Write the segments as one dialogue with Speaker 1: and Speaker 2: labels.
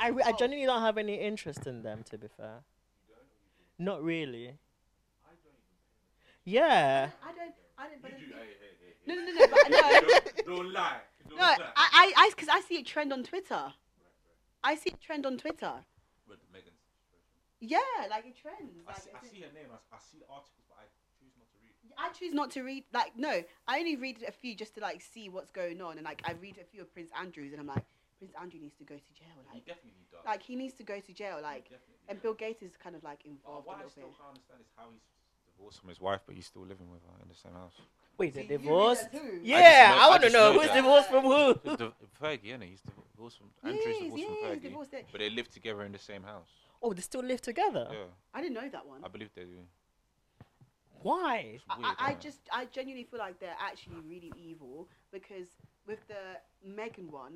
Speaker 1: I, re-
Speaker 2: oh,
Speaker 1: I genuinely don't have any interest in them, to be fair. Not really. Yeah.
Speaker 2: I don't. I don't. But
Speaker 3: You do. Hey, hey, hey,
Speaker 2: no,
Speaker 3: hey.
Speaker 2: no, no, no, but no.
Speaker 3: Don't, don't lie. Don't
Speaker 2: No,
Speaker 3: lie.
Speaker 2: I, I, I, because I see a trend on Twitter. I see a trend on Twitter.
Speaker 3: But Megan's
Speaker 2: Yeah, like a trend.
Speaker 3: I
Speaker 2: Like,
Speaker 3: see, I
Speaker 2: it's-
Speaker 3: see her name. I, I see the articles, but I choose not to read.
Speaker 2: I choose not to read. Like, no, I only read a few just to like see what's going on, and like I read a few of Prince Andrew's, and I'm like, Prince Andrew needs to go to jail.
Speaker 3: You
Speaker 2: Like,
Speaker 3: definitely need that.
Speaker 2: like he needs to go to jail.
Speaker 3: You
Speaker 2: Like,
Speaker 3: definitely
Speaker 2: and
Speaker 3: need
Speaker 2: Bill Gates is kind of like
Speaker 3: that. Uh,
Speaker 2: involved a
Speaker 3: what I
Speaker 2: little
Speaker 3: still
Speaker 2: bit.
Speaker 3: can't understand is how he's divorced from his wife, but he's still living with her in the same house.
Speaker 1: Wait,
Speaker 2: See, you
Speaker 1: they're
Speaker 2: read
Speaker 1: divorced?
Speaker 2: that too.
Speaker 1: Yeah,
Speaker 3: know-
Speaker 1: I,
Speaker 3: I
Speaker 1: want to
Speaker 3: just
Speaker 1: know
Speaker 3: know
Speaker 1: who's
Speaker 3: that.
Speaker 1: divorced from who.
Speaker 3: Fergie, isn't he? He's divorced from
Speaker 2: Yes,
Speaker 3: Andrew's divorced from
Speaker 2: yes,
Speaker 3: Fergie,
Speaker 2: divorced it.
Speaker 3: but they live together in the same house.
Speaker 1: Oh, they still live together.
Speaker 3: Yeah,
Speaker 2: I didn't know that one.
Speaker 3: I believe they do.
Speaker 1: Why?
Speaker 3: It's
Speaker 2: I,
Speaker 3: weird,
Speaker 2: I, I
Speaker 3: innit?
Speaker 2: just, I genuinely feel like they're actually really evil because with the Megan one,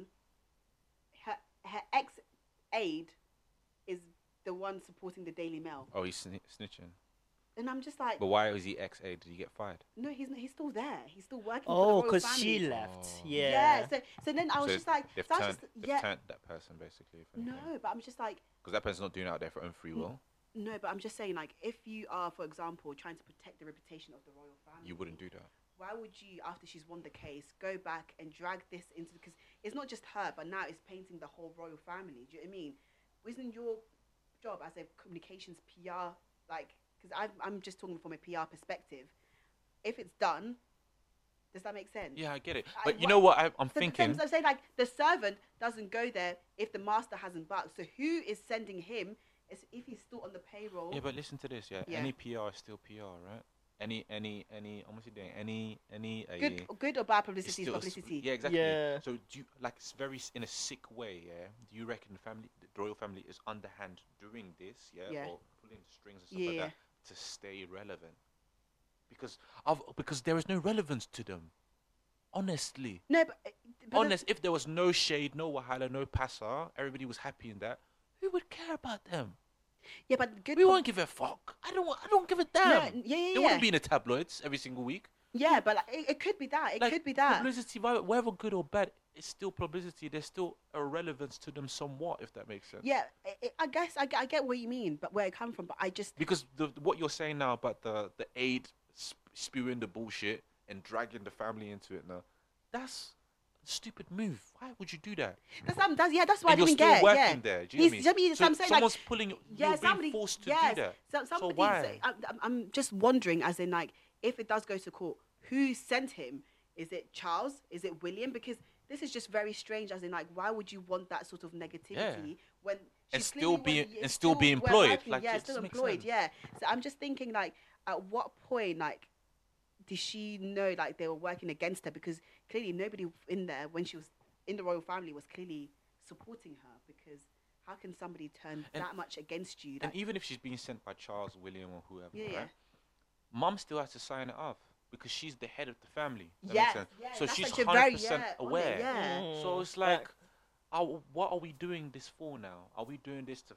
Speaker 2: her, her ex aide is the one supporting the Daily Mail,
Speaker 3: Oh, he's sni- snitching.
Speaker 2: and I'm just like,
Speaker 3: But why is he ex A? Did he get fired?
Speaker 2: no, he's not, he's still there. He's still working.
Speaker 1: Oh,
Speaker 2: because
Speaker 1: because she left.
Speaker 3: Oh.
Speaker 1: Yeah.
Speaker 2: So, so then I was
Speaker 3: So
Speaker 2: just like,
Speaker 3: They've
Speaker 2: so I was
Speaker 3: turned,
Speaker 2: just,
Speaker 3: they've
Speaker 2: yeah.
Speaker 3: turned that person basically.
Speaker 2: No, Hmm. but I'm just like,
Speaker 3: Because that person's not doing it out there for own free will.
Speaker 2: no, but I'm just saying, like, if you are, for example, trying to protect the reputation of the royal family,
Speaker 3: You wouldn't do that.
Speaker 2: Why would you, after she's won the case, go back and drag this into? Because it's not just her, but now it's painting the whole royal family. Do you know what I mean? Isn't your job as a communications PR like? Because I'm, I'm just talking from a PR perspective. If it's done, does that make sense?
Speaker 3: Yeah, I get it.
Speaker 2: I-
Speaker 3: But you
Speaker 2: what-
Speaker 3: know what? I, I'm
Speaker 2: So
Speaker 3: thinking.
Speaker 2: I'm saying like the servant doesn't go there if the master hasn't barked. So who is sending him? Is if he's still on the payroll?
Speaker 3: Yeah, but listen to this. Yeah,
Speaker 2: Yeah.
Speaker 3: any PR is still PR, right? Any, any, any. I'm actually doing any, any. AE
Speaker 2: good, good or bad
Speaker 3: is
Speaker 2: publicity is
Speaker 3: still a s-
Speaker 2: publicity.
Speaker 3: Yeah, exactly.
Speaker 1: Yeah.
Speaker 3: So do you, like it's very s- in a sick way. Yeah. Do you reckon the family, the royal family, is underhand doing this? Yeah.
Speaker 2: Yeah.
Speaker 3: Or pulling strings and stuff
Speaker 2: Yeah.
Speaker 3: like that to stay relevant. Because of because there is no relevance to them. Honestly.
Speaker 2: No, but, but the-
Speaker 3: Honest, if there was no shade, no Wahala, no Pasa, everybody was happy in that, who would care about them?
Speaker 2: yeah, but good.
Speaker 3: We
Speaker 2: pub-
Speaker 3: won't give a fuck. I don't. wa- I don't give a damn.
Speaker 2: No, yeah, yeah,
Speaker 3: They
Speaker 2: yeah.
Speaker 3: want to be in the tabloids every single week.
Speaker 2: yeah, but like, it, it could be that. It
Speaker 3: Like,
Speaker 2: could be that.
Speaker 3: Publicity, wh- whether good or bad, it's still publicity. There's still a relevance to them somewhat, if that makes sense.
Speaker 2: Yeah, i i I guess I, g- I get what you mean, but where it come from. But I just
Speaker 3: Because the, what you're saying now about the the aid sp- spewing the bullshit and dragging the family into it now, that's a stupid move. Why would you do that?
Speaker 2: that's, um, that's yeah, that's why I
Speaker 3: and you're
Speaker 2: didn't
Speaker 3: still
Speaker 2: get.
Speaker 3: working
Speaker 2: yeah.
Speaker 3: there. Do you
Speaker 2: He's-
Speaker 3: know
Speaker 2: do
Speaker 3: what
Speaker 2: you
Speaker 3: I
Speaker 2: know what I mean?
Speaker 3: mean?
Speaker 2: So I'm saying, like,
Speaker 3: someone's pulling.
Speaker 2: yeah,
Speaker 3: you're
Speaker 2: somebody
Speaker 3: being forced to
Speaker 2: yes,
Speaker 3: do that.
Speaker 2: So, somebody,
Speaker 3: so why?
Speaker 2: I'm, I'm- I'm just wondering, as in, like, if it does go to court, who sent him? Is it Charles? Is it William? Because this is just very strange. As in, like, why would you want that sort of negativity when
Speaker 3: And
Speaker 2: she
Speaker 3: still
Speaker 2: clearly
Speaker 3: be-
Speaker 2: was-
Speaker 3: and still be
Speaker 2: well
Speaker 3: employed,
Speaker 2: working,
Speaker 3: like,
Speaker 2: yeah,
Speaker 3: it
Speaker 2: still
Speaker 3: doesn't make
Speaker 2: employed.
Speaker 3: sense.
Speaker 2: Yeah. So I'm just thinking, like, at what point, like, did she know like they were working against her? Because clearly nobody in there when she was in the royal family was clearly supporting her. Because how can somebody turn
Speaker 3: And-
Speaker 2: that much against you?
Speaker 3: And
Speaker 2: Like,
Speaker 3: even if she's being sent by Charles, William, or whoever,
Speaker 2: Yeah,
Speaker 3: right?
Speaker 2: yeah.
Speaker 3: Mum still has to sign it off because she's the head of the family. That
Speaker 2: Yes,
Speaker 3: makes sense.
Speaker 2: yeah,
Speaker 3: so
Speaker 2: that's
Speaker 3: she's
Speaker 2: such a
Speaker 3: hundred
Speaker 2: very-
Speaker 3: percent
Speaker 2: yeah, on it,
Speaker 3: aware.
Speaker 2: yeah.
Speaker 3: So
Speaker 1: Mm,
Speaker 3: it's like,
Speaker 1: fact.
Speaker 3: are, what are we doing this for now? Are we doing this to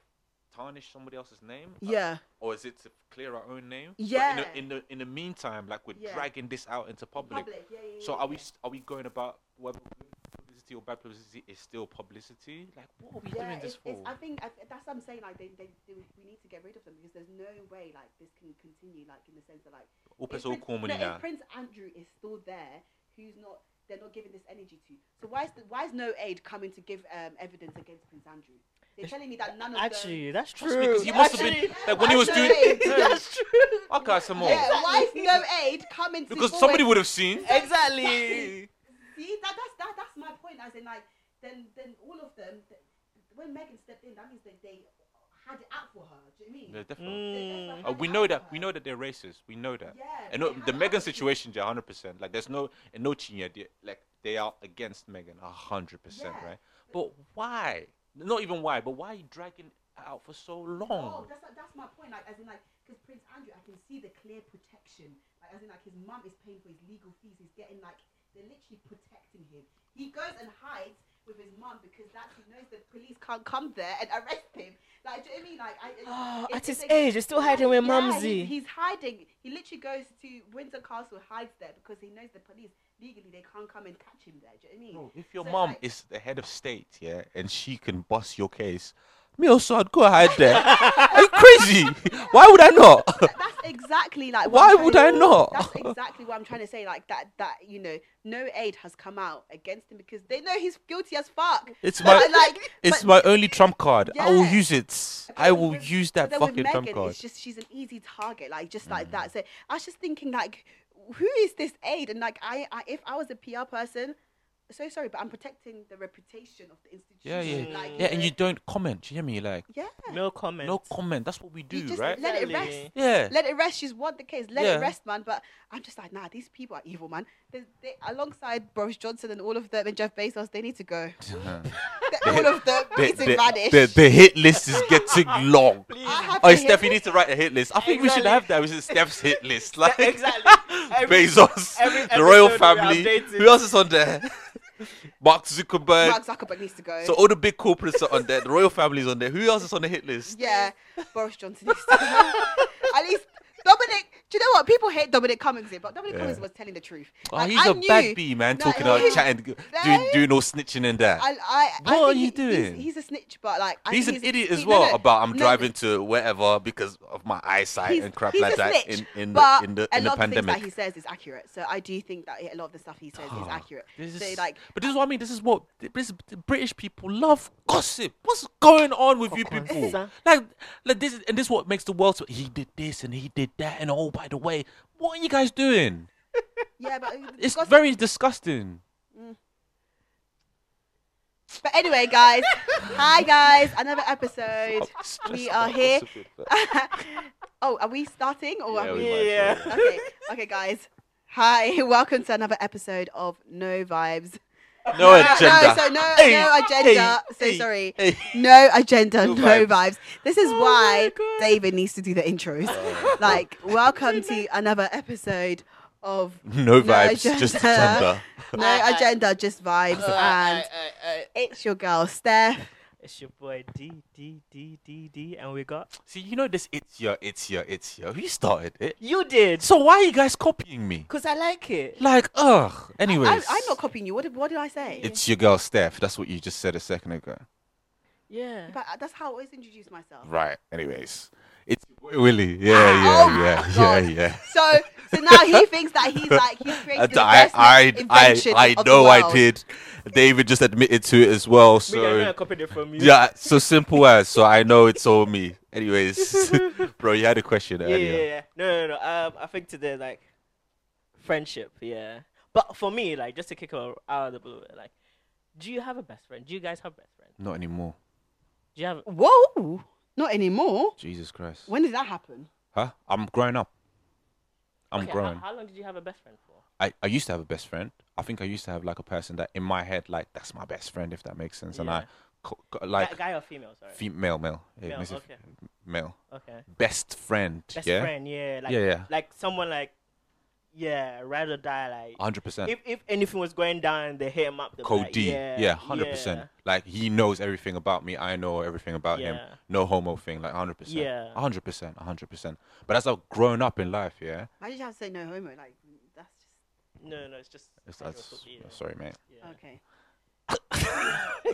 Speaker 3: tarnish somebody else's name? Uh,
Speaker 2: yeah.
Speaker 3: or is it to clear our own name? But
Speaker 2: Yeah.
Speaker 3: in the in the in the meantime, like we're
Speaker 2: Yeah.
Speaker 3: dragging this out into public.
Speaker 2: Yeah, yeah,
Speaker 3: So are we s- are we going about whether good publicity or bad publicity is still publicity? Like what are we
Speaker 2: yeah,
Speaker 3: doing this
Speaker 2: it's, it's,
Speaker 3: for?
Speaker 2: I think I, that's what I'm saying. Like, they, they, they, we need to get rid of them because there's no way like this can continue. Like in the sense that like,
Speaker 3: All
Speaker 2: if
Speaker 3: Prince, all
Speaker 2: Prince,
Speaker 3: Cornwall
Speaker 2: no,
Speaker 3: now.
Speaker 2: if Prince Andrew is still there, who's not? They're not giving this energy to. So why is the, why is no aid coming to give um, evidence against Prince Andrew? They're telling me that none of them.
Speaker 1: Actually, that's
Speaker 3: Trust
Speaker 1: true.
Speaker 3: me, 'cause he must have been-
Speaker 1: Actually,
Speaker 3: like, when he was
Speaker 1: that's
Speaker 3: doing-
Speaker 1: right. that's true.
Speaker 3: I'll guy some more.
Speaker 2: Yeah, why is no aid coming? to
Speaker 3: Because
Speaker 2: forward-
Speaker 3: somebody would have
Speaker 2: Mm.
Speaker 3: seen.
Speaker 1: Exactly.
Speaker 2: See, that, that's that, that's my point. As in, like, then then all of them, th- when Megan stepped in, that means that they had it out for her. Do you know what I mean?
Speaker 3: Yeah, definitely.
Speaker 1: Mm.
Speaker 2: They- they
Speaker 3: Uh, we
Speaker 2: had it
Speaker 3: know
Speaker 2: out
Speaker 3: that
Speaker 2: for
Speaker 3: we
Speaker 2: her.
Speaker 3: know that they're racist. We know that.
Speaker 2: Yeah,
Speaker 3: and
Speaker 2: they
Speaker 3: no,
Speaker 2: had
Speaker 3: the
Speaker 2: it out
Speaker 3: Megan
Speaker 2: for her.
Speaker 3: situation, yeah, hundred percent. Like, there's no and no Chinya, they- like they are against Megan, hundred percent,
Speaker 2: Yeah.
Speaker 3: right? But why? Not even why, but why are you dragging it out for so
Speaker 2: Oh,
Speaker 3: long?
Speaker 2: that's like, that's my point. Like, as in, like, because Prince Andrew, I can see the clear protection. Like, as in, like, his mum is paying for his legal fees. He's getting like they're literally protecting him. He goes and hides with his mum because that's he knows the police can't come there and arrest him. Like, do you know what I mean? Like, I,
Speaker 1: Oh,
Speaker 2: it's
Speaker 1: at his
Speaker 2: just a-
Speaker 1: age, he's still hiding with
Speaker 2: Yeah, he's-
Speaker 1: Mumsy.
Speaker 2: He's hiding. He literally goes to Windsor Castle, hides there because he knows the police legally they can't come and catch him there. Do you know what I mean?
Speaker 3: if your
Speaker 2: So,
Speaker 3: mum
Speaker 2: like-
Speaker 3: is the head of state, yeah, and she can bust your case, me also I'd go hide there. Are you crazy? Why would I not?
Speaker 2: That- that's exactly like what
Speaker 3: Why
Speaker 2: I'm trying
Speaker 3: would
Speaker 2: to-
Speaker 3: I not?
Speaker 2: That's exactly what I'm trying to say. Like that, that you know, no aid has come out against him because they know he's guilty as fuck.
Speaker 3: It's
Speaker 2: So,
Speaker 3: my
Speaker 2: like,
Speaker 3: it's
Speaker 2: but-
Speaker 3: my only trump card. I will
Speaker 2: Yeah.
Speaker 3: use it.
Speaker 2: but
Speaker 3: I
Speaker 2: with-
Speaker 3: will
Speaker 2: with-
Speaker 3: use
Speaker 2: but
Speaker 3: that
Speaker 2: then with
Speaker 3: fucking trump
Speaker 2: Meghan,
Speaker 3: card. Mm.
Speaker 2: It's just she's an easy target, like just like that. So I was just thinking, like, who is this aid? And like, I, I if I was a PR person, so sorry, but I'm protecting the reputation of the
Speaker 3: Yeah,
Speaker 2: institution.
Speaker 3: yeah,
Speaker 2: like,
Speaker 3: yeah. And
Speaker 2: know,
Speaker 3: you don't comment. Do you hear me? Like
Speaker 2: yeah,
Speaker 1: No comment.
Speaker 3: Oh. no comment. That's what we do,
Speaker 2: you just
Speaker 3: right?
Speaker 2: let it
Speaker 1: Exactly.
Speaker 2: rest.
Speaker 3: yeah.
Speaker 2: let it rest. She's won the case. Let
Speaker 3: Yeah.
Speaker 2: it rest, man. But I'm just like, nah, these people are evil, man. They, they, alongside Boris Johnson and all of them and Jeff Bezos, they need to go. They- all of them
Speaker 3: the,
Speaker 2: need to vanish.
Speaker 3: the, the hit list is getting long.
Speaker 1: Please.
Speaker 2: I have
Speaker 3: Oh,
Speaker 2: to
Speaker 3: Steph, you
Speaker 2: hear
Speaker 3: need to write a hit list. I think we should
Speaker 1: Exactly.
Speaker 3: have that. Which is Steph's hit list, like
Speaker 1: exactly. Every-
Speaker 3: Bezos,
Speaker 1: every
Speaker 3: the royal
Speaker 1: episode we
Speaker 3: family.
Speaker 1: update it.
Speaker 3: Who else is on there? Mark Zuckerberg.
Speaker 2: Mark Zuckerberg needs to go.
Speaker 3: so all the big corporates are on there. The royal family's on there. Who else is on the hit list?
Speaker 2: yeah, Boris Johnson needs to go. At least Dominic. Do you know what people hate Dominic Cummings here? But Dominic
Speaker 3: Yeah.
Speaker 2: Cummings was telling the truth.
Speaker 3: Oh,
Speaker 2: Like,
Speaker 3: he's
Speaker 2: I
Speaker 3: a
Speaker 2: knew-
Speaker 3: bad bee, man.
Speaker 2: No,
Speaker 3: talking
Speaker 2: I
Speaker 3: about
Speaker 2: knew-
Speaker 3: chatting, doing,
Speaker 2: No.
Speaker 3: doing all snitching and that.
Speaker 2: I, I, I
Speaker 3: What are
Speaker 2: think
Speaker 3: you
Speaker 2: he- he's-
Speaker 3: doing?
Speaker 2: He's, a snitch, but like I
Speaker 3: he's
Speaker 2: think
Speaker 3: an idiot as
Speaker 2: he- no,
Speaker 3: well
Speaker 2: no,
Speaker 3: about I'm
Speaker 2: no,
Speaker 3: driving to wherever because of my eyesight
Speaker 2: he's,
Speaker 3: and crap
Speaker 2: he's
Speaker 3: like
Speaker 2: a
Speaker 3: that
Speaker 2: snitch,
Speaker 3: in, in,
Speaker 2: but
Speaker 3: the, in the
Speaker 2: a
Speaker 3: in the
Speaker 2: lot of things
Speaker 3: pandemic. Oh,
Speaker 2: that he says is accurate. So I do think that a lot of the stuff he says is accurate.
Speaker 3: This
Speaker 2: so
Speaker 3: is-
Speaker 2: like,
Speaker 3: but this is what I mean. This is what this, the British people love gossip. What's going on with you
Speaker 1: Cock on
Speaker 3: people?
Speaker 1: sir.
Speaker 3: Like, like this, is- and this is what makes the world. So, he did this and he did that, and oh, by the way, what are you guys doing?
Speaker 2: yeah, but uh,
Speaker 3: It's
Speaker 2: gossip-
Speaker 3: very disgusting.
Speaker 2: But anyway, guys, hi guys, another episode. We are here. oh, are we starting or
Speaker 3: Yeah,
Speaker 2: are
Speaker 3: we
Speaker 2: we?
Speaker 3: might as
Speaker 1: Yeah.
Speaker 3: well.
Speaker 2: Okay, okay, guys. Hi, welcome to another episode of No Vibes.
Speaker 3: No agenda.
Speaker 2: No, so no,
Speaker 3: Hey,
Speaker 2: no agenda.
Speaker 3: hey,
Speaker 2: so
Speaker 3: hey,
Speaker 2: sorry.
Speaker 3: hey.
Speaker 2: No agenda,
Speaker 3: No
Speaker 2: no,
Speaker 3: vibes.
Speaker 2: vibes. This is
Speaker 3: Oh
Speaker 2: why
Speaker 3: my God. Oh.
Speaker 2: David needs to do the intros. like, welcome to another episode of
Speaker 3: No vibes,
Speaker 2: agenda.
Speaker 3: just agenda.
Speaker 2: No Agenda, Just Vibes. and it's your girl, Steph.
Speaker 1: It's your boy D D D D D, and we got
Speaker 3: See, you know this. It's your, it's your, it's your. Who started it?
Speaker 1: you did.
Speaker 3: So why are you guys copying me?
Speaker 1: Cause I like it.
Speaker 3: Like, ugh. Anyways,
Speaker 2: I, I'm not copying you. What did, what did I say?
Speaker 3: It's your girl Steph. That's what you just said a second ago.
Speaker 1: Yeah.
Speaker 2: But that's how I always introduce myself.
Speaker 3: Right. Anyways, it's your boy Willie. Yeah,
Speaker 2: Ah, oh my
Speaker 3: yeah, yeah,
Speaker 2: God.
Speaker 3: yeah, yeah.
Speaker 2: So, so now he thinks that he's like he's created
Speaker 3: And
Speaker 2: the
Speaker 3: I,
Speaker 2: best
Speaker 3: I, I,
Speaker 2: invention
Speaker 3: I
Speaker 2: of the
Speaker 3: know I
Speaker 2: world.
Speaker 3: did. David just admitted to it as well.
Speaker 1: Maybe I know I
Speaker 3: So
Speaker 1: copied it from you.
Speaker 3: yeah, so simple as. So I know it's all me. Anyways, bro, you had a question
Speaker 1: yeah,
Speaker 3: earlier.
Speaker 1: yeah, yeah. No, no, no. Um, I think today like friendship. Yeah, but for me, like just to kick it out of the blue, like, do you have a best friend? Do you guys have best friends?
Speaker 3: Not anymore.
Speaker 1: Do you have?
Speaker 2: Whoa, not anymore.
Speaker 3: Jesus Christ.
Speaker 2: When did that happen?
Speaker 3: Huh? I'm growing up. I'm
Speaker 1: okay,
Speaker 3: growing.
Speaker 1: How, how long did you have a best friend for?
Speaker 3: I, I used to have a best friend. I think I used to have like a person that in my head like that's my best friend if that makes sense. And I
Speaker 1: Yeah.
Speaker 3: co- co-
Speaker 1: Guy-
Speaker 3: like
Speaker 1: guy or female? Sorry.
Speaker 3: female male yeah,
Speaker 1: Male,
Speaker 3: mostly f-
Speaker 1: okay.
Speaker 3: male
Speaker 1: okay.
Speaker 3: best friend
Speaker 1: Best
Speaker 3: yeah
Speaker 1: friend. Yeah. Like,
Speaker 3: yeah yeah
Speaker 1: Like someone like, yeah, rather die. Like,
Speaker 3: hundred percent
Speaker 1: if if anything was going down, they hit him up. they'll be
Speaker 3: Code
Speaker 1: like,
Speaker 3: D yeah hundred percent
Speaker 1: yeah,
Speaker 3: like he knows everything about me I know everything about him
Speaker 1: Yeah.
Speaker 3: no homo thing like hundred
Speaker 1: Yeah.
Speaker 3: percent hundred percent hundred percent but as I've grown up in life yeah
Speaker 2: Why did you have to say no homo? Like that's just
Speaker 1: No, no, it's just.
Speaker 3: it's,
Speaker 1: like
Speaker 3: that's,
Speaker 1: also- yeah,
Speaker 3: sorry mate
Speaker 1: yeah.
Speaker 2: okay.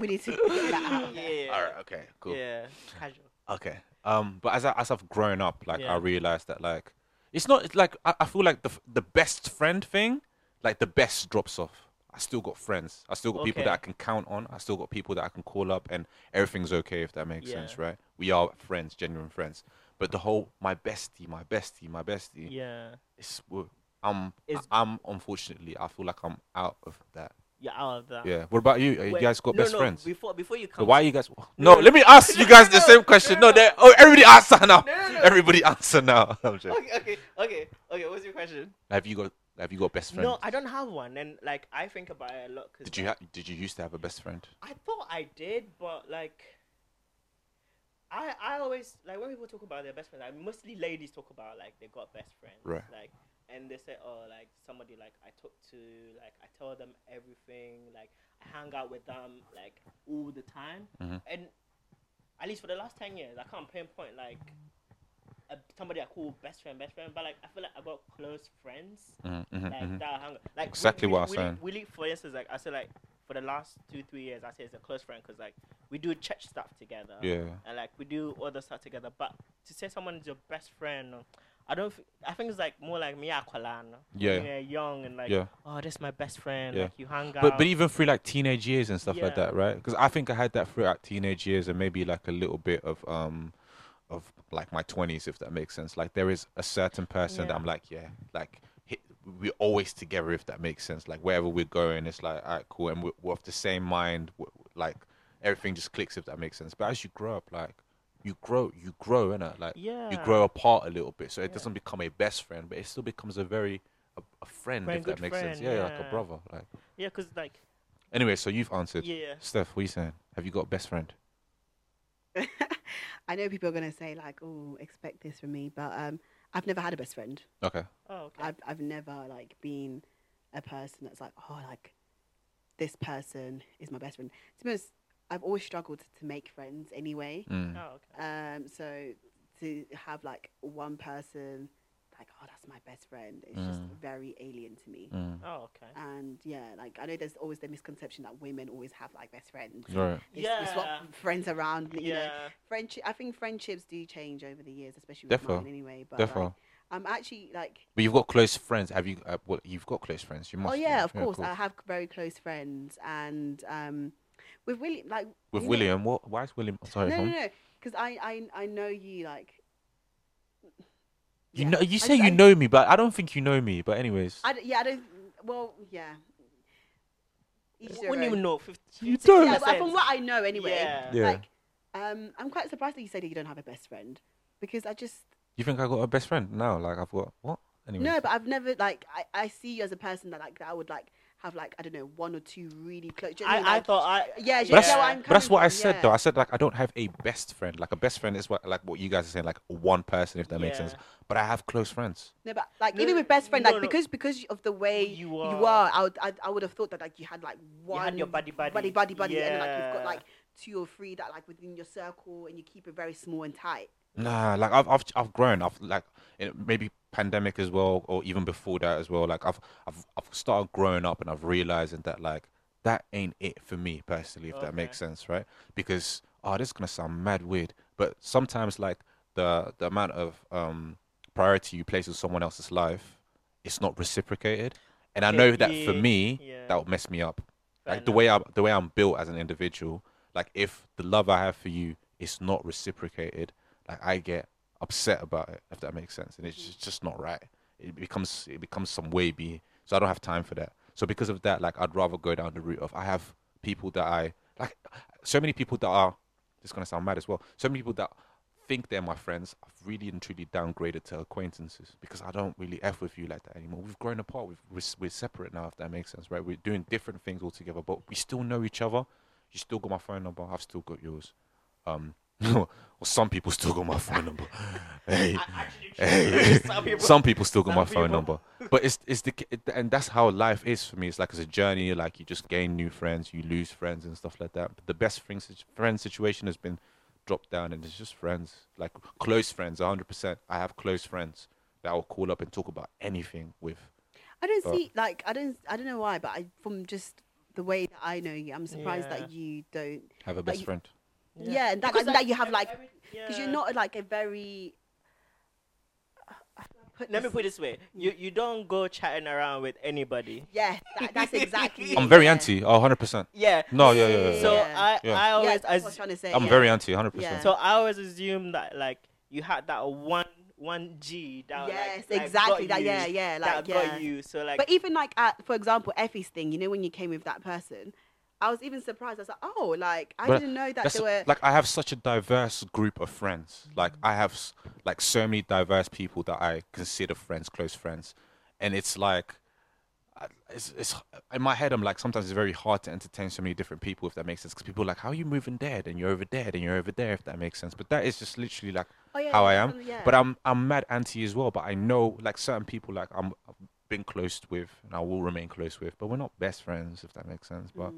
Speaker 2: we need to get that out. there.
Speaker 1: Yeah.
Speaker 3: all right okay cool
Speaker 1: Yeah. Casual.
Speaker 3: Okay. Um, but as I, as I've grown up, like I
Speaker 1: Yeah.
Speaker 3: realized that like it's not it's like I, I feel like the f- the best friend thing, like the best drops off. I still got friends. I still got people that I
Speaker 1: Okay.
Speaker 3: can count on. I still got people that I can call up, and everything's okay if that makes sense,
Speaker 1: Yeah.
Speaker 3: right? We are friends, genuine friends. But the whole my bestie, my bestie, my bestie,
Speaker 1: Yeah.
Speaker 3: it's w- I'm
Speaker 1: It's-
Speaker 3: I'm unfortunately I feel like I'm out of that.
Speaker 1: Yeah. Out of that.
Speaker 3: Yeah. What about you? Uh, You
Speaker 1: Wait,
Speaker 3: guys got
Speaker 1: no,
Speaker 3: best
Speaker 1: no,
Speaker 3: friends?
Speaker 1: Before before you
Speaker 3: So
Speaker 1: come.
Speaker 3: why you guys?
Speaker 1: No,
Speaker 3: No,
Speaker 1: no,
Speaker 3: let me ask you guys the
Speaker 1: no,
Speaker 3: same question.
Speaker 1: no,
Speaker 3: No,
Speaker 1: no.
Speaker 3: they oh, everybody answer now.
Speaker 1: no, no.
Speaker 3: Everybody answer now. I'm joking.
Speaker 1: Okay, okay, okay, okay. What's your question?
Speaker 3: Have you got Have you got best friend?
Speaker 1: No, I don't have one, and like I think about it a lot. Cause
Speaker 3: Did you
Speaker 1: like,
Speaker 3: ha- Did you used to have a best friend?
Speaker 1: I thought I did, but like, I I always like when people talk about their best friends. Like mostly ladies talk about like they got best friends,
Speaker 3: Right.
Speaker 1: Like, and they say, oh, like somebody like I talk to, like I tell them everything, like I hang out with them like all the time,
Speaker 3: Mhm.
Speaker 1: and at least for the last ten years, I can't pinpoint like a somebody I call best friend, best friend, but like I feel like I got close friends
Speaker 3: Mm-hmm,
Speaker 1: like uh, that I hang. Like
Speaker 3: Exactly
Speaker 1: we,
Speaker 3: what I was
Speaker 1: we,
Speaker 3: saying.
Speaker 1: We, Willie, for instance, like I said, like for the last two three years, I say it's a close friend because like we do church stuff together.
Speaker 3: Yeah.
Speaker 1: And like we do all the stuff together, but to say someone is your best friend, I don't. thi- I think it's like more like me Aqualan.
Speaker 3: Yeah.
Speaker 1: Yeah. Young and like.
Speaker 3: Yeah.
Speaker 1: Oh, this is my best friend.
Speaker 3: Yeah.
Speaker 1: Like you hang out.
Speaker 3: But but even through like teenage years and stuff like
Speaker 1: Yeah.
Speaker 3: that, right? Because I think I had that throughout teenage years and maybe like a little bit of um of like my twenties, if that makes sense. Like there is a certain person
Speaker 1: Yeah.
Speaker 3: that I'm like, yeah, like hi- we're always together, if that makes sense. Like wherever we're going, it's like, all right, cool, and we're, we're of the same mind. w w- like everything just clicks, if that makes sense. But as you grow up, like you grow, you grow, innit? Like you
Speaker 1: Yeah.
Speaker 3: grow apart a little bit, so it
Speaker 1: Yeah.
Speaker 3: doesn't become a best friend, but it still becomes a very a, a friend,
Speaker 1: Friend,
Speaker 3: if that
Speaker 1: good
Speaker 3: makes sense.
Speaker 1: friend,
Speaker 3: Yeah, like a
Speaker 1: yeah.
Speaker 3: brother, like.
Speaker 1: yeah, because like
Speaker 3: Anyway, so you've answered.
Speaker 1: yeah.
Speaker 3: Steph, what are you saying? Have you got a best friend?
Speaker 2: I know people are gonna say like, "Oh, expect this from me," but um, I've never had a best friend.
Speaker 3: Okay.
Speaker 1: Oh okay.
Speaker 2: I've I've never like been a person that's like, "Oh, like this person is my best friend." To be honest, I've always struggled to make friends anyway.
Speaker 3: Mm.
Speaker 1: oh okay.
Speaker 2: Um, so to have like one person, like, "Oh, that's my best friend," is just
Speaker 3: Mm.
Speaker 2: very alien to me.
Speaker 3: Mm.
Speaker 1: Oh okay.
Speaker 2: And yeah, like I know there's always the misconception that women always have like best friends.
Speaker 3: Right.
Speaker 2: It's, it's what
Speaker 1: Yeah.
Speaker 2: friends around, you know,
Speaker 1: yeah.
Speaker 2: friendship. I think friendships do change over the years, especially with
Speaker 3: Defo.
Speaker 2: mine anyway. But
Speaker 3: Therefore,
Speaker 2: like, I'm actually like,
Speaker 3: but you've got close friends. Have you? Uh, what? You've got close friends. You must.
Speaker 2: oh
Speaker 3: do.
Speaker 2: yeah, of course,
Speaker 3: cool.
Speaker 2: I have very close friends, and um, with William, like you
Speaker 3: With
Speaker 2: know-
Speaker 3: William, what? Why is William? Sorry,
Speaker 2: no, no,
Speaker 3: Tommy.
Speaker 2: no, because I, I, I know you like.
Speaker 3: You
Speaker 2: yeah.
Speaker 3: know, you
Speaker 2: I
Speaker 3: say
Speaker 2: d-
Speaker 3: you
Speaker 2: I-
Speaker 3: know me, but I don't think you know me. But anyways,
Speaker 2: I d- yeah, I don't. Well, yeah. Each
Speaker 1: W-
Speaker 2: their
Speaker 1: Wouldn't even
Speaker 2: own.
Speaker 1: know. 50,
Speaker 3: You
Speaker 1: 50%.
Speaker 3: don't.
Speaker 2: Yeah, but from what I know, anyway.
Speaker 1: Yeah.
Speaker 3: Yeah.
Speaker 2: Like, um, I'm quite surprised that you say that you don't have a best friend because I just
Speaker 3: you think I got a best friend? No, like I've got what? Anyway.
Speaker 2: No, but I've never like I, I see you as a person that like that I would like have like I don't know one or two really close. do you know what mean?
Speaker 1: I, I
Speaker 2: Like,
Speaker 1: thought I.
Speaker 2: yeah, do you know
Speaker 3: But that's-
Speaker 2: where I'm
Speaker 3: But that's
Speaker 2: coming
Speaker 3: what I
Speaker 2: from?
Speaker 3: said
Speaker 2: Yeah.
Speaker 3: though. I said like I don't have a best friend. Like a best friend is what like what you guys are saying, like one person, if that makes sense.
Speaker 1: Yeah.
Speaker 3: But I have close friends.
Speaker 2: No, but like
Speaker 1: No,
Speaker 2: even with best friend, like
Speaker 1: no, no.
Speaker 2: because because of the way
Speaker 1: You
Speaker 2: you
Speaker 1: are.
Speaker 2: are, I would I, I would have thought that like you had like
Speaker 1: You
Speaker 2: one
Speaker 1: had your buddy buddy.
Speaker 2: buddy buddy, buddy, and then, like you've got
Speaker 1: Yeah.
Speaker 2: like two or three that like within your circle and you keep it very small and tight.
Speaker 3: Nah, like I've I've I've grown. I've like in, maybe pandemic as well, or even before that as well. Like I've I've I've started growing up, and I've realizing that like that ain't it for me personally, if that makes sense, right? Because oh, this is gonna sound mad weird, but sometimes like the the amount of um priority you place on someone else's life, it's not reciprocated, and I
Speaker 1: Okay,
Speaker 3: know that for
Speaker 1: yeah,
Speaker 3: me,
Speaker 1: yeah.
Speaker 3: that would mess me up
Speaker 1: Fair
Speaker 3: like the way I the way I'm built as an individual, like if the love I have for you is not reciprocated, like I get upset about it, if that makes sense, and it's
Speaker 1: Mm.
Speaker 3: just, just not right. It becomes it becomes some wavy, so I don't have time for that. So because of that, like I'd rather go down the route of I have people that I like, so many people that are. This is gonna sound mad as well. So many people that think they're my friends, I've really and truly downgraded to acquaintances because I don't really f with you like that anymore. We've grown apart. We've, we're s- we're separate now, if that makes sense, right? We're doing different things altogether, but we still know each other. You still got my phone number. I've still got yours. Um, or some people still got my phone number. hey, hey.
Speaker 1: Some people-
Speaker 3: Some people still got my
Speaker 1: some
Speaker 3: phone
Speaker 1: people.
Speaker 3: number, but it's it's the ca- it, and that's how life is for me. It's like it's a journey. Like you just gain new friends, you lose friends and stuff like that. But the best friend sit- friend situation has been dropped down, and it's just friends, like close friends, hundred percent. I have close friends that I'll call up and talk about anything with.
Speaker 2: I don't
Speaker 3: But-
Speaker 2: see like I don't I don't know why, but I from just the way that I know you, I'm surprised
Speaker 1: Yeah.
Speaker 2: that you don't.
Speaker 3: Have a
Speaker 2: best you-
Speaker 3: friend.
Speaker 2: Yeah, and that,
Speaker 1: Because,
Speaker 2: and that you have
Speaker 1: every-
Speaker 2: like
Speaker 1: every-
Speaker 2: because
Speaker 1: yeah.
Speaker 2: you're not like a very.
Speaker 1: Let me put it this way: you you don't go chatting around with anybody.
Speaker 2: Yeah, that, that's exactly. it,
Speaker 3: I'm very
Speaker 2: yeah.
Speaker 3: anti. Oh, 100 percent.
Speaker 1: Yeah.
Speaker 3: No, yeah, yeah, yeah. yeah.
Speaker 1: So
Speaker 2: Yeah.
Speaker 1: I
Speaker 3: Yeah.
Speaker 1: I
Speaker 2: Yeah,
Speaker 1: always
Speaker 2: that's what I was
Speaker 1: as,
Speaker 2: trying to say.
Speaker 3: I'm
Speaker 2: yeah.
Speaker 3: very anti. 100 percent.
Speaker 1: so I always assume that like you had that one one G that
Speaker 2: Yes,
Speaker 1: like, like,
Speaker 2: exactly.
Speaker 1: got
Speaker 2: that
Speaker 1: you,
Speaker 2: yeah, yeah, like
Speaker 1: that
Speaker 2: yeah.
Speaker 1: got you. So like
Speaker 2: But even like at, for example, Effie's thing, you know, when you came with that person, I was even surprised. I was like, oh, like I
Speaker 3: But
Speaker 2: didn't know that
Speaker 3: That's
Speaker 2: there were.
Speaker 3: like I have such a diverse group of friends. Like I have s- like so many diverse people that I consider friends, close friends, and it's like I- it's, it's in my head. I'm like sometimes it's very hard to entertain so many different people if that makes sense. Because people are like, how are you moving there? Then you're over there. Then you're over there. If that makes sense. But that is just literally like
Speaker 2: oh, yeah,
Speaker 3: how I
Speaker 2: yeah,
Speaker 3: am.
Speaker 2: something- yeah.
Speaker 3: But I'm I'm mad anti as well. But I know like certain people like I'm I've been close with and I will remain close with. But we're not best friends if that makes sense. But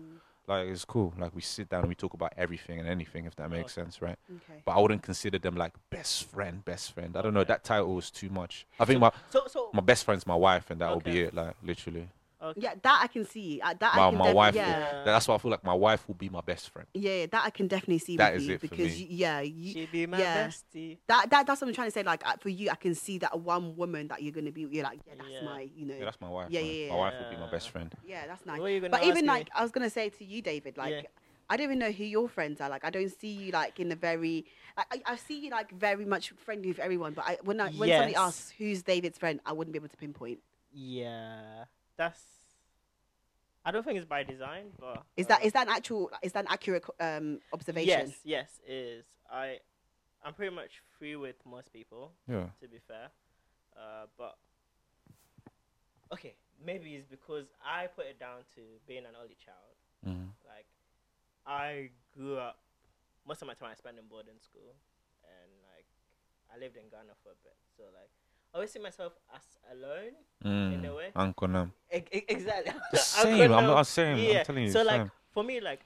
Speaker 3: Like it's cool. Like we sit down and we talk about everything and anything, if that makes sense, right?
Speaker 2: Okay.
Speaker 3: But I wouldn't consider them like best friend, best friend. I don't know.
Speaker 1: Okay.
Speaker 3: That title was too much. I think
Speaker 2: e-,
Speaker 3: my
Speaker 1: So so
Speaker 3: my best friend's my wife, and that will be
Speaker 1: Okay.
Speaker 3: it. Like literally,
Speaker 1: okay.
Speaker 2: Yeah, that I can see. Uh, that I
Speaker 3: my
Speaker 2: can
Speaker 3: my
Speaker 2: def-
Speaker 3: wife.
Speaker 2: Yeah.
Speaker 1: Yeah.
Speaker 3: That's why I feel like my wife will be my best friend.
Speaker 2: yeah, yeah, that I can definitely see
Speaker 3: That
Speaker 2: with
Speaker 3: is
Speaker 2: you
Speaker 3: it for
Speaker 2: because
Speaker 3: me.
Speaker 2: you, yeah, you,
Speaker 1: She be my
Speaker 2: yeah.
Speaker 1: bestie.
Speaker 2: that, that that's what I'm trying to say. Like uh, for you, I can see that one woman that you're gonna be. You're like, yeah, that's
Speaker 1: Yeah.
Speaker 2: my, you know,
Speaker 3: Yeah, that's my wife.
Speaker 2: Yeah,
Speaker 3: man.
Speaker 2: yeah,
Speaker 3: My wife will be my
Speaker 1: yeah.
Speaker 3: best friend.
Speaker 2: yeah, that's nice.
Speaker 1: What are you gonna
Speaker 2: But even
Speaker 1: ask me?
Speaker 2: like I was gonna say to you, David, like
Speaker 1: Yeah.
Speaker 2: I don't even know who your friends are. Like I don't see you like in the very like I, I see you like very much friendly with everyone. But I, when I, when somebody
Speaker 1: Yes.
Speaker 2: asks who's David's friend, I wouldn't be able to pinpoint.
Speaker 1: Yeah, that's. I don't think it's by design, but
Speaker 2: Is that
Speaker 1: um,
Speaker 2: is that an actual is that an accurate um, observation?
Speaker 1: Yes, yes, it is. I, I'm pretty much free with most people.
Speaker 3: Yeah.
Speaker 1: To be fair, uh, but okay, maybe it's because I put it down to being an only child.
Speaker 3: Mhm.
Speaker 1: Like, I grew up. Most of my time I spent in boarding school, and like, I lived in Ghana for a bit. So like, I always see myself as alone.
Speaker 3: Mm.
Speaker 1: a way.
Speaker 3: Uncle Nam.
Speaker 1: E- e- exactly. I
Speaker 3: The same.
Speaker 1: couldn't
Speaker 3: I'm
Speaker 1: help-
Speaker 3: not same. I'm telling you.
Speaker 1: So like
Speaker 3: same.
Speaker 1: for me, like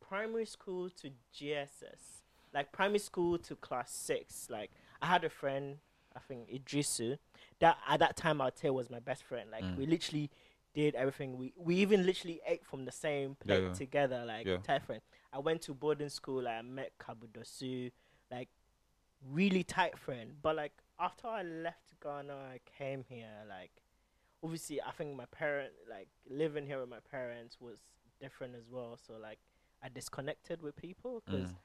Speaker 1: primary school to GSS, like primary school to class six, like I had a friend, I think Idrisu, that at that time I'd say was my best friend. Like
Speaker 3: Mm.
Speaker 1: we literally did everything. We we even literally ate from the same
Speaker 3: Yeah,
Speaker 1: plate
Speaker 3: yeah.
Speaker 1: together, like
Speaker 3: Yeah.
Speaker 1: tight friend. I went to boarding school, like I met Kabudosu, like really tight friend. But like after I left Ghana, I came here, like obviously I think my parent like living here with my parents was different as well. So like I disconnected with people because
Speaker 3: Mm.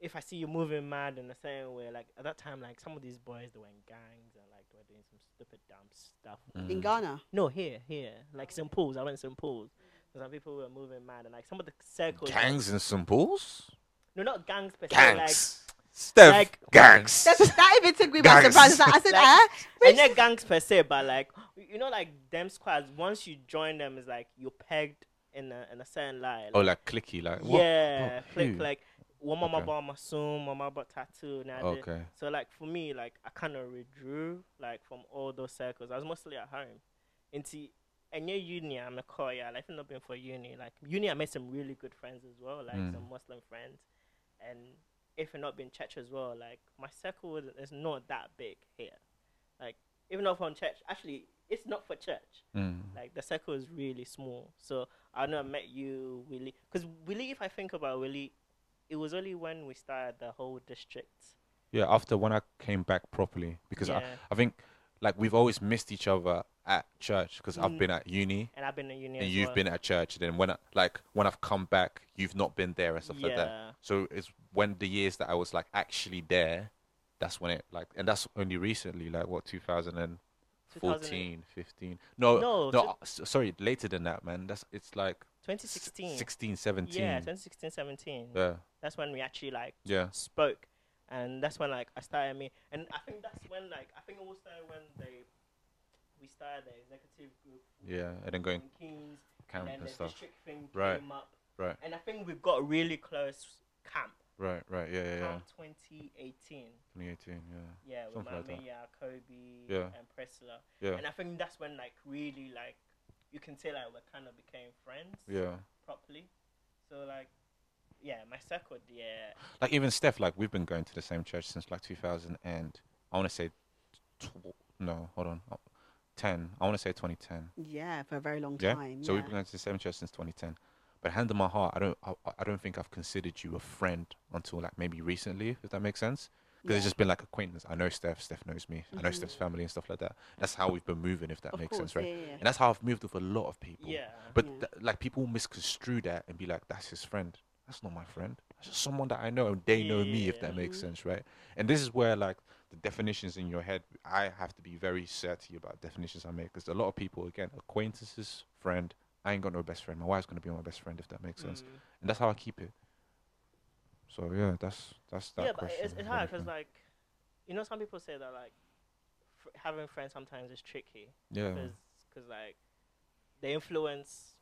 Speaker 1: if I see you moving mad in the same way, like at that time, like some of these boys they were in gangs and like they were doing some stupid dumb stuff.
Speaker 2: In
Speaker 3: Mm.
Speaker 2: Ghana.
Speaker 1: No, here, here, like St. Paul's. I went to St. Paul's. So some people were moving mad and like some of the circles.
Speaker 3: Gangs and some balls.
Speaker 1: No, not gangs per se. Like,
Speaker 3: Gangs. Steph.
Speaker 1: like-
Speaker 3: gangs.
Speaker 2: That, that even took me by
Speaker 3: Guys.
Speaker 2: surprise. I said,
Speaker 1: Like,
Speaker 2: eh?
Speaker 1: and they're gangs per se, but like you know, like them squads. Once you join them, it's like you're pegged in a in a certain line.
Speaker 3: oh, like clicky. Like what?
Speaker 1: Yeah,
Speaker 3: Oh,
Speaker 1: click
Speaker 3: phew.
Speaker 1: like one mama
Speaker 3: Okay.
Speaker 1: bought my soon, mama bought tattoo, and I did.
Speaker 3: Okay.
Speaker 1: So like for me, like I kind of withdrew like from all those circles. I was mostly at home. Into and yeah, uni I'm a core yeah. Like not being for uni, like uni I made some really good friends as well, like
Speaker 3: Mm.
Speaker 1: some Muslim friends, and if it not been church as well, like my circle was- is not that big here. Like even though from church, actually it's not for church
Speaker 3: Mm.
Speaker 1: like the circle is really small. So I know I met you, Willie, because Willie, if I think about Willie, it was only when we started the whole district.
Speaker 3: Yeah. After when I came back properly, because I,
Speaker 1: Yeah.
Speaker 3: I think like we've always missed each other at church because I've
Speaker 1: Mm.
Speaker 3: been at uni
Speaker 1: and I've been in uni.
Speaker 3: and
Speaker 1: as
Speaker 3: you've
Speaker 1: well.
Speaker 3: been at church. Then when I, like when I've come back, you've not been there and stuff like that.
Speaker 1: Yeah.
Speaker 3: So it's when the years that I was like actually there, that's when it like, and that's only recently, like what 2014,
Speaker 1: 2000
Speaker 3: 15. No,
Speaker 1: No,
Speaker 3: no,
Speaker 1: tw-
Speaker 3: uh, s- sorry, later than that, man. That's it's like s-
Speaker 1: 2016.
Speaker 3: 16, 17.
Speaker 1: Yeah, 2016, 17.
Speaker 3: yeah,
Speaker 1: That's when we actually like
Speaker 3: yeah.
Speaker 1: spoke, and that's when like I started me, and I think that's when like I think it was started when they we started the executive group.
Speaker 3: Yeah, and then going
Speaker 1: in Kings,
Speaker 3: camp
Speaker 1: then
Speaker 3: and
Speaker 1: the
Speaker 3: stuff.
Speaker 1: district thing
Speaker 3: Right.
Speaker 1: came up,
Speaker 3: Right,
Speaker 1: and I think we got really close camp.
Speaker 3: right, right. Yeah, yeah, yeah.
Speaker 1: Camp 2018.
Speaker 3: 2018.
Speaker 1: Yeah, with
Speaker 3: Something like that.
Speaker 1: Mami, yeah, Kobe,
Speaker 3: Yeah.
Speaker 1: and Pressler.
Speaker 3: Yeah, yeah,
Speaker 1: And I think that's when, like, really, like, you can say, like, we kind of became friends
Speaker 3: yeah.
Speaker 1: properly. So, like, yeah, my circle, yeah.
Speaker 3: Like even Steph, like we've been going to the same church since like 2000 and I want to say, tw- no, hold on, uh, 10. I want to say 2010.
Speaker 2: Yeah, for a very long
Speaker 3: Yeah.
Speaker 2: time.
Speaker 3: So
Speaker 2: yeah.
Speaker 3: we've been going to the same church since 2010. But hand on my heart, I don't, I, I don't think I've considered you a friend until like maybe recently, if that makes sense. Because it's
Speaker 2: Yeah.
Speaker 3: just been like acquaintance. I know Steph. Steph knows me. I know
Speaker 2: Mhm.
Speaker 3: Steph's family and stuff like that. That's how we've been moving, if that
Speaker 2: Of
Speaker 3: makes
Speaker 2: course,
Speaker 3: sense, right?
Speaker 2: yeah, yeah, yeah.
Speaker 3: And that's how I've moved with a lot of people.
Speaker 1: Yeah.
Speaker 3: But
Speaker 2: Yeah.
Speaker 3: th- like people misconstrue that and be like, "That's his friend." That's not my friend. That's just someone that I know, and they know me. If that makes
Speaker 2: Mhm.
Speaker 3: sense, right? And this is where like the definitions in your head. I have to be very certain about definitions I make because a lot of people, again, acquaintances, friend. I ain't got no best friend. My wife's gonna be my best friend if that makes sense,
Speaker 1: Mm.
Speaker 3: and that's how I keep it. So yeah, that's that's that
Speaker 1: yeah, but
Speaker 3: question.
Speaker 1: it's, it's
Speaker 3: and
Speaker 1: hard because,
Speaker 3: everything.
Speaker 1: like, you know, some people say that, like, fr- having friends sometimes is tricky.
Speaker 3: yeah,
Speaker 1: because like they influence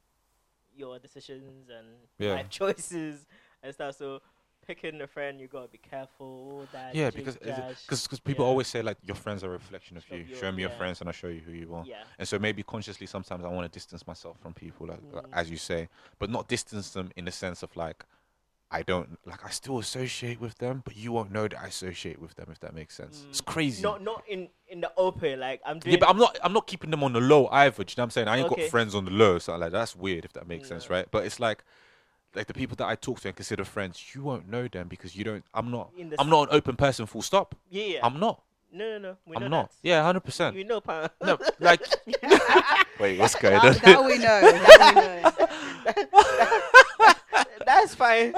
Speaker 1: your decisions and
Speaker 3: Yeah.
Speaker 1: life choices and stuff. So picking a friend, you gotta be careful. All that.
Speaker 3: yeah,
Speaker 1: jig
Speaker 3: because
Speaker 1: jash.
Speaker 3: because people
Speaker 1: yeah.
Speaker 3: always say like your friends are a reflection of
Speaker 1: Of
Speaker 3: you.
Speaker 1: your-
Speaker 3: Show me your
Speaker 1: yeah.
Speaker 3: friends and I'll show you who you are.
Speaker 1: Yeah.
Speaker 3: And so maybe consciously sometimes I want to distance myself from people, like, like,
Speaker 1: Mm.
Speaker 3: as you say, but not distance them in the sense of like I don't like I still associate with them, but you won't know that I associate with them if that makes sense. It's
Speaker 1: Mm.
Speaker 3: crazy.
Speaker 1: Not not in in the open. Like I'm doing.
Speaker 3: yeah, but I'm not. I'm not keeping them on the low either. Do you know what I'm saying? I ain't
Speaker 1: Okay.
Speaker 3: got friends on the low, so like that's weird if that makes sense,
Speaker 1: No.
Speaker 3: right? But it's like, like the people that I talk to and consider friends, you won't know them because you don't. I'm not.
Speaker 1: In the
Speaker 3: I'm not an open person. Full stop.
Speaker 1: yeah, yeah.
Speaker 3: I'm not.
Speaker 1: no, no, no. We know
Speaker 3: I'm not.
Speaker 1: That.
Speaker 3: Yeah, hundred percent.
Speaker 1: We know, pa.
Speaker 3: No, like. Wait, what's going
Speaker 2: That, that we know. That we know.
Speaker 1: That's fine.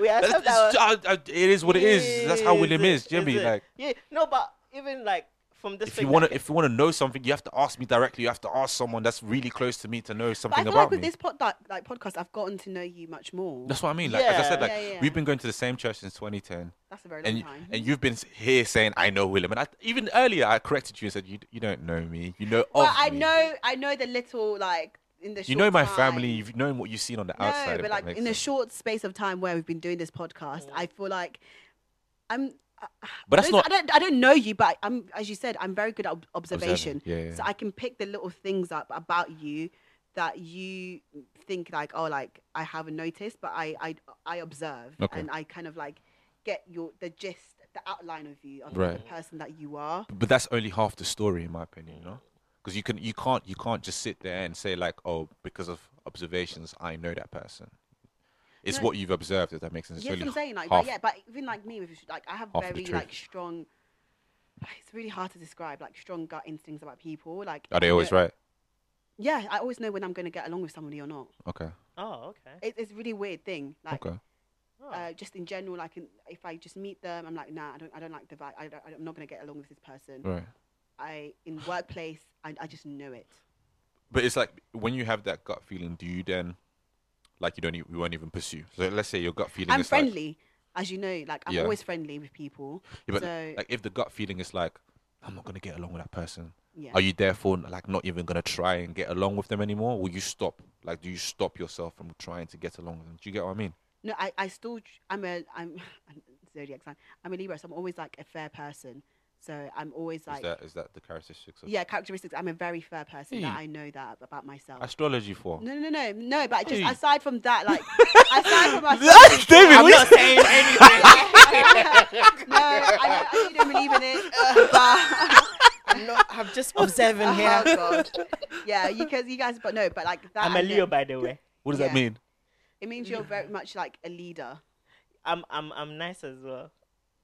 Speaker 1: We accept that.
Speaker 3: That's- I- I- it is what it is. That's how William is. Do you know what I mean?
Speaker 1: it?
Speaker 3: Like,
Speaker 1: yeah, no, but even like from this.
Speaker 3: if you want to, if you want to know something, you have to ask me directly. You have to ask someone that's really close to me to know
Speaker 2: But I
Speaker 3: something
Speaker 2: feel
Speaker 3: about
Speaker 2: like with
Speaker 3: me.
Speaker 2: this pod, like, like podcast, I've gotten to know you much more.
Speaker 3: That's what I mean. Like, like I said,
Speaker 1: Yeah.
Speaker 3: like
Speaker 2: Yeah, yeah.
Speaker 3: we've been going to the same church since 2010.
Speaker 2: That's a very long
Speaker 3: and
Speaker 2: time.
Speaker 3: and you've been s- here saying I know William, and I, even earlier I corrected you and said you d- you don't know me, you know
Speaker 2: well,
Speaker 3: of
Speaker 2: I
Speaker 3: me.
Speaker 2: know, I know the little like in the.
Speaker 3: you
Speaker 2: short
Speaker 3: know my
Speaker 2: time-
Speaker 3: family, you've known what you've seen on the
Speaker 2: No,
Speaker 3: outside. if
Speaker 2: but
Speaker 3: that
Speaker 2: like
Speaker 3: makes
Speaker 2: in the
Speaker 3: sense.
Speaker 2: short space of time where we've been doing this podcast, I feel like I'm.
Speaker 3: but that's
Speaker 2: those-
Speaker 3: not
Speaker 2: I don't. I don't know you, but I'm. As you said, I'm very good at ob- observation.
Speaker 3: observing. Yeah, yeah.
Speaker 2: So I can pick the little things up about you that you think like, oh, like I haven't noticed, but I I, I observe
Speaker 3: Okay.
Speaker 2: and I kind of like get your the gist, the outline of you, of the
Speaker 3: Right.
Speaker 2: person that you are.
Speaker 3: but that's only half the story in my opinion you know because you can you can't you can't just sit there and say like oh because of observations i know that person it's
Speaker 2: No.
Speaker 3: what you've observed if that makes sense It's
Speaker 2: yes,
Speaker 3: only
Speaker 2: I'm saying like,
Speaker 3: half-
Speaker 2: but yeah, but even like me, with like I have
Speaker 3: half the
Speaker 2: very
Speaker 3: truth.
Speaker 2: like strong. It's really hard to describe like strong gut instincts about people. Like
Speaker 3: are they
Speaker 2: you
Speaker 3: always
Speaker 2: know-
Speaker 3: right
Speaker 2: Yeah, I always know when I'm going to get along with somebody or not.
Speaker 3: okay
Speaker 1: Oh, okay.
Speaker 2: It, it's a really weird thing. Like
Speaker 3: okay
Speaker 1: Oh.
Speaker 2: uh, just in general, like in, if I just meet them, I'm like, nah, I don't, I don't like the vibe. I don't, I'm not gonna get along with this person.
Speaker 3: right
Speaker 2: I in workplace, I, I just know it.
Speaker 3: but it's like when you have that gut feeling do you then like you don't e- you won't even pursue so let's say your gut feeling
Speaker 2: I'm
Speaker 3: is like-
Speaker 2: friendly, as you know. Like I'm
Speaker 3: Yeah.
Speaker 2: always friendly with people.
Speaker 3: Yeah, but
Speaker 2: so
Speaker 3: like if the gut feeling is like i'm not going to get along with that person
Speaker 2: yeah,
Speaker 3: are you therefore like not even going to try and get along with them anymore will you stop like do you stop yourself from trying to get along with them do you get what i mean
Speaker 2: no, I, I still, tr- I'm a, I'm zodiac sign. I'm a Libra, so I'm always like a fair person. So I'm always like,
Speaker 3: is that is that the characteristics of
Speaker 2: yeah, characteristics. I'm a very fair person. That
Speaker 3: Hey.
Speaker 2: I know that about myself.
Speaker 3: astrology for?
Speaker 2: no, no, no, no, no. But just
Speaker 3: Hey.
Speaker 2: aside from that, like aside from my
Speaker 3: David,
Speaker 1: I'm
Speaker 3: what
Speaker 1: not saying anything.
Speaker 2: no, I, know- I know you don't believe in it. But
Speaker 1: I'm not. I'm just observing
Speaker 2: oh
Speaker 1: here.
Speaker 2: god, yeah, you guys, you guys, but no, but like that.
Speaker 1: I'm a
Speaker 2: I know-
Speaker 1: Leo, by the way.
Speaker 3: what does that
Speaker 2: Yeah.
Speaker 3: mean?
Speaker 2: It means you're very much like a leader.
Speaker 1: I'm I'm I'm nice as well.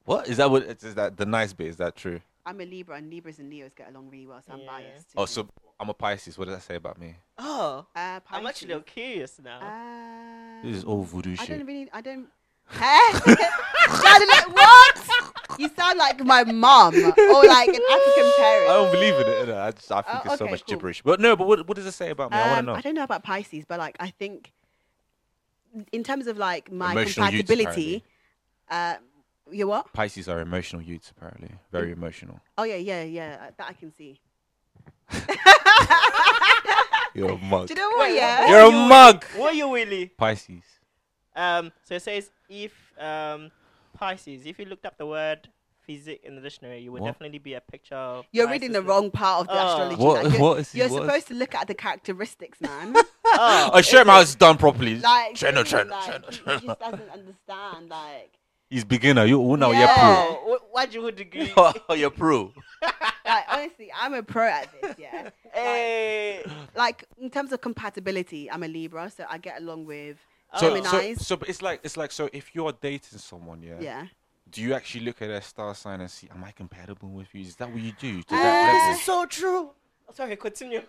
Speaker 3: What is that? What is that? The nice bit is that true?
Speaker 2: I'm a Libra, and Libras and Leos get along really well, so I'm
Speaker 1: Yeah.
Speaker 2: biased.
Speaker 3: Oh, so I'm a Pisces. What does that say about me?
Speaker 1: Oh,
Speaker 2: uh,
Speaker 1: I'm actually
Speaker 2: Pisces.
Speaker 1: curious now.
Speaker 2: Uh,
Speaker 3: This is all voodoo
Speaker 2: I don't
Speaker 3: shit.
Speaker 2: really. I don't. Hey, Charlotte, what? You sound like my mum or like an African
Speaker 3: I
Speaker 2: parent.
Speaker 3: don't believe in it. innit? I just I think
Speaker 2: Oh,
Speaker 3: it's so
Speaker 2: okay,
Speaker 3: much
Speaker 2: cool.
Speaker 3: gibberish. But no, but what, what does it say about me? I
Speaker 2: Um,
Speaker 3: want to know.
Speaker 2: don't know about Pisces, but like I think, in terms of like my
Speaker 3: Emotional youths,
Speaker 2: compatibility, uh, you what?
Speaker 3: Pisces are emotional youths, apparently. Very emotional.
Speaker 2: Oh yeah, yeah, yeah. uh, That I can see.
Speaker 3: You're a mug.
Speaker 2: Do you know what? Yeah.
Speaker 3: You're a mug.
Speaker 1: What you Willie?
Speaker 3: Pisces.
Speaker 1: Um, so it says if um Pisces, if you looked up the word physic in the dictionary, you would
Speaker 3: What?
Speaker 1: definitely be a picture of.
Speaker 2: You're reading the
Speaker 1: Pisces.
Speaker 2: wrong part of the
Speaker 1: Oh.
Speaker 2: astrology.
Speaker 3: What-
Speaker 2: like, you're
Speaker 3: what is-
Speaker 2: you're
Speaker 3: what is-
Speaker 2: supposed to look at the characteristics, man.
Speaker 1: Oh,
Speaker 3: Oh, show him how it's done properly.
Speaker 2: like,
Speaker 3: Channel,
Speaker 2: dude,
Speaker 3: channel,
Speaker 2: like,
Speaker 3: channel,
Speaker 2: he- He
Speaker 3: channel.
Speaker 2: just doesn't understand. Like,
Speaker 3: He's beginner. You oh, now
Speaker 2: Yeah.
Speaker 3: you're
Speaker 1: oh, wh- what you would degree?
Speaker 3: pro. Oh, you're pro.
Speaker 2: like honestly, I'm a pro at this. Yeah.
Speaker 1: hey.
Speaker 2: Like in terms of compatibility, I'm a Libra, so I get along with
Speaker 3: So, so,
Speaker 2: Gemini's.
Speaker 3: so but it's like it's like so if you're dating someone, yeah,
Speaker 2: yeah.
Speaker 3: do you actually look at their star sign and see am I compatible with you? Is that what you do? To
Speaker 2: Uh,
Speaker 3: that
Speaker 1: This is so true. Oh, sorry, continue.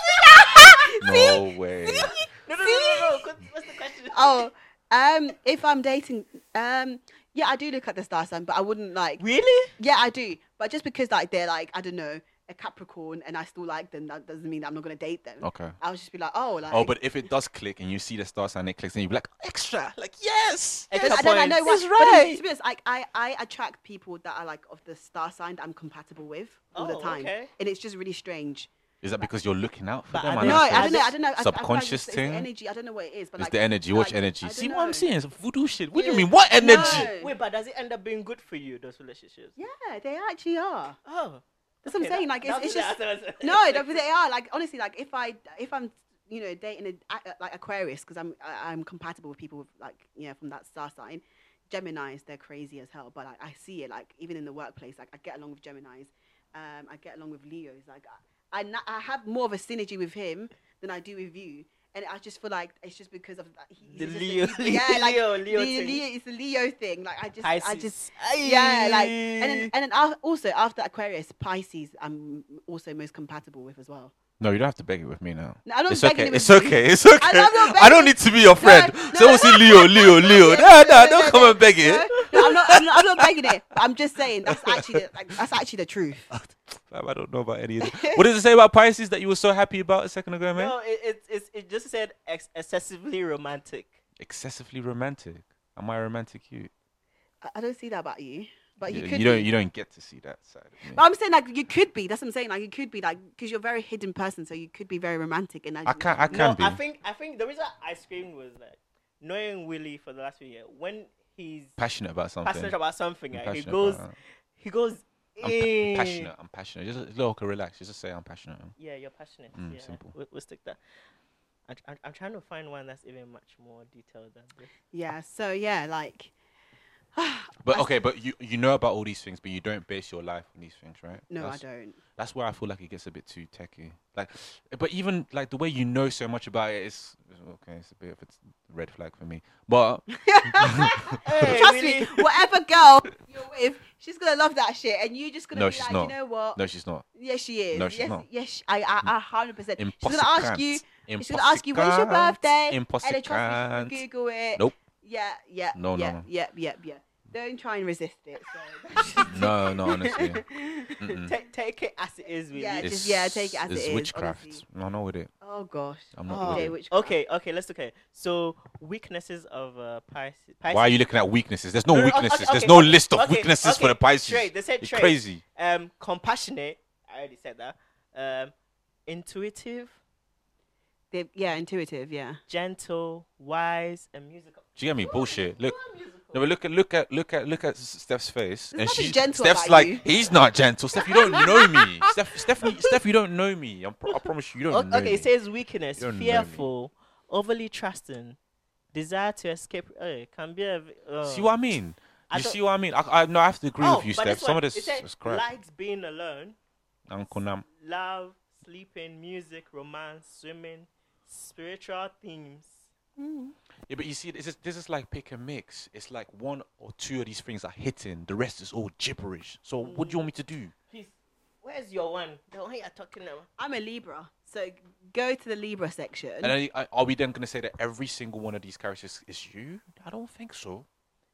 Speaker 3: level? No way.
Speaker 1: No, no, no, no, no. con- What's the question?
Speaker 2: Oh, um, if I'm dating, um, yeah, I do look at the star sign, but I wouldn't like.
Speaker 1: really?
Speaker 2: Yeah, I do, but just because like they're like I don't know a Capricorn and I still like them, that doesn't mean I'm not gonna date them.
Speaker 3: Okay.
Speaker 2: I would just be like, oh, like.
Speaker 3: Oh, but if it does click and you see the star sign, it clicks and you're like "Oh, extra, like yes.
Speaker 1: At
Speaker 2: Then
Speaker 1: this
Speaker 2: I don't I
Speaker 1: point-
Speaker 2: know why.
Speaker 1: This is
Speaker 2: But
Speaker 1: right.
Speaker 2: to be honest, like I, I attract people that are like of the star sign that I'm compatible with all the
Speaker 1: Oh,
Speaker 2: time,
Speaker 1: okay.
Speaker 2: and it's just really strange.
Speaker 3: Is that because you're looking out for
Speaker 1: But
Speaker 3: them?
Speaker 1: I
Speaker 3: And
Speaker 1: think-
Speaker 2: No,
Speaker 3: that's
Speaker 2: I
Speaker 1: just-
Speaker 2: don't know. I don't know. I- I feel like
Speaker 3: subconscious
Speaker 2: it's- it's the
Speaker 3: thing?
Speaker 2: energy. I don't know what it is, but
Speaker 3: It's
Speaker 2: like
Speaker 3: the energy. Watch
Speaker 2: like,
Speaker 3: energy.
Speaker 2: I
Speaker 3: See
Speaker 2: don't
Speaker 3: what
Speaker 2: know.
Speaker 3: I'm saying? It's voodoo shit. What do you
Speaker 2: Yeah.
Speaker 3: mean? What energy?
Speaker 2: No.
Speaker 1: Oh. Wait, but does it end up being good for you those relationships?
Speaker 2: Yeah, they actually are.
Speaker 1: Oh,
Speaker 2: That's what I'm saying. Like it's, it's just
Speaker 1: just
Speaker 2: no, no, but they are. Like honestly, like if I if I'm you know dating a, a- like Aquarius because I'm I- I'm compatible with people with like you know from that star sign. Gemini's they're crazy as hell, but like, I see it like even in the workplace. Like I get along with Gemini's, um, I get along with Leo's. Like I I, na- I have more of a synergy with him than I do with you. And I just feel like it's just because of that. He,
Speaker 1: The
Speaker 2: he's just
Speaker 1: Leo,
Speaker 2: a, yeah, like
Speaker 1: Leo,
Speaker 2: Leo,
Speaker 1: Leo, thing.
Speaker 2: Leo, it's the Leo thing. Like I just, I
Speaker 1: Pisces.
Speaker 2: just, yeah, like and then, and then al- also after Aquarius, Pisces, I'm also most compatible with as well.
Speaker 3: No, you don't have to beg it with me now.
Speaker 2: No, I'm not
Speaker 3: It's
Speaker 2: begging
Speaker 3: okay.
Speaker 2: him
Speaker 3: It's
Speaker 2: with you.
Speaker 3: okay. It's okay.
Speaker 2: I'm not
Speaker 3: I don't
Speaker 2: begging-
Speaker 3: need to be your friend.
Speaker 2: no,
Speaker 3: So we'll see Leo, Leo, Leo. Nah, nah, don't come and beg
Speaker 2: No,
Speaker 3: it.
Speaker 2: no, I'm, not, I'm not. I'm not begging it. But I'm just saying that's actually the, like, that's actually the truth.
Speaker 3: Fam, I don't know about any of this. What did it say about Pisces that you were so happy about a second ago, man?
Speaker 1: No, it, it, it's it just said ex- excessively romantic.
Speaker 3: Excessively romantic. Am I romantic? You?
Speaker 2: I, I don't see that about you, but
Speaker 3: Yeah,
Speaker 2: you could.
Speaker 3: don't.
Speaker 2: be.
Speaker 3: You don't get to see that side. Of me.
Speaker 2: but I'm saying like you could be. That's what I'm saying. Like you could be like because you're a very hidden person, so you could be very romantic and
Speaker 3: I
Speaker 2: actually-
Speaker 3: can't. I
Speaker 1: no,
Speaker 3: can
Speaker 1: I
Speaker 3: be
Speaker 1: think I think the reason I screamed was like knowing Willie for the last few years when he's
Speaker 3: passionate about something.
Speaker 1: passionate about something,
Speaker 3: I'm
Speaker 1: like, he
Speaker 3: passionate
Speaker 1: goes
Speaker 3: about-
Speaker 1: he goes
Speaker 3: I'm pa-
Speaker 1: in.
Speaker 3: passionate. I'm passionate. Just look, relax. Just say I'm passionate.
Speaker 1: Yeah, you're passionate.
Speaker 3: Mm,
Speaker 1: yeah,
Speaker 3: simple.
Speaker 1: We, we'll stick that. I, I'm, I'm trying to find one that's even much more detailed than this.
Speaker 2: Yeah. So yeah, like.
Speaker 3: But
Speaker 2: I-
Speaker 3: okay, but you you know about all these things, but you don't base your life on these things, right?
Speaker 2: No,
Speaker 3: That's-
Speaker 2: I don't.
Speaker 3: That's where I feel like it gets a bit too techy. Like, but even like the way you know so much about it is okay. It's a bit of a red flag for me. But
Speaker 1: Hey,
Speaker 2: Trust
Speaker 1: really?
Speaker 2: me, whatever girl you're with, she's gonna love that shit, and you're just gonna
Speaker 3: No,
Speaker 2: be
Speaker 3: she's
Speaker 2: like,
Speaker 3: not.
Speaker 2: you know what?
Speaker 3: no, she's not.
Speaker 2: Yes, she is.
Speaker 3: No, she's
Speaker 2: yes,
Speaker 3: not.
Speaker 2: yes, she- I, I, I hundred percent. She's
Speaker 3: Impossible.
Speaker 2: gonna ask you. She's gonna ask you, when's your birthday? And then trust me, you Google it.
Speaker 3: Nope.
Speaker 2: Yeah, yeah.
Speaker 3: No, no,
Speaker 2: yeah,
Speaker 3: no.
Speaker 2: Yeah, yeah, yeah. Don't try and resist it. So.
Speaker 3: No, no, honestly. Mm-mm.
Speaker 1: take, take it as it is, really.
Speaker 2: Yeah,
Speaker 3: It's,
Speaker 2: just- yeah, take it as
Speaker 3: it's
Speaker 2: it is,
Speaker 3: witchcraft.
Speaker 2: honestly.
Speaker 3: No, no, with it.
Speaker 2: oh gosh.
Speaker 3: I'm not
Speaker 2: okay,
Speaker 3: with it.
Speaker 2: which
Speaker 1: Okay, okay, let's look at it. So weaknesses of uh, Pisces. Pisces.
Speaker 3: Why are you looking at weaknesses? There's no
Speaker 1: No, no, okay,
Speaker 3: weaknesses. There's
Speaker 1: okay,
Speaker 3: no
Speaker 1: okay,
Speaker 3: list of
Speaker 1: okay,
Speaker 3: weaknesses for
Speaker 1: okay,
Speaker 3: the Pisces.
Speaker 1: trait, they said
Speaker 3: It's
Speaker 1: trait.
Speaker 3: crazy.
Speaker 1: Um, compassionate. I already said that. Um, intuitive,
Speaker 2: They, yeah, intuitive. Yeah.
Speaker 1: gentle, wise, and musical.
Speaker 3: Do you get me? Bullshit. Look.
Speaker 1: Not musical.
Speaker 3: No, but look at look at look at look at S- Steph's face,
Speaker 2: There's
Speaker 3: and
Speaker 2: nothing
Speaker 3: she
Speaker 2: gentle
Speaker 3: Steph's
Speaker 2: about
Speaker 3: like
Speaker 2: you.
Speaker 3: he's not gentle. Steph, you don't know me. Steph, Steph, Steph, you don't know me. I'm pro- I promise you, you don't
Speaker 1: O-
Speaker 3: know
Speaker 1: okay,
Speaker 3: me.
Speaker 1: it says weakness,
Speaker 3: You don't know me.
Speaker 1: fearful, overly trusting, desire to escape. Oh, it can be a. v- Uh,
Speaker 3: see what I mean?
Speaker 1: I
Speaker 3: you
Speaker 1: don't-
Speaker 3: see what I mean? I, I no, I have to agree
Speaker 1: Oh,
Speaker 3: with you,
Speaker 1: but
Speaker 3: Steph.
Speaker 1: this
Speaker 3: Some of
Speaker 1: one,
Speaker 3: this
Speaker 1: it said
Speaker 3: is crap.
Speaker 1: Likes being alone,
Speaker 3: Uncle Nam.
Speaker 1: love, sleeping, music, romance, swimming, spiritual themes.
Speaker 3: Yeah, but you see, this is this is like pick and mix. It's like one or two of these things are hitting. The rest is all gibberish. So what do you want me to do?
Speaker 1: Please, where's your one? The one you're talking about.
Speaker 2: I'm a Libra, so go to the Libra section.
Speaker 3: And are, you- are we then going to say that every single one of these characters is you? I don't think so.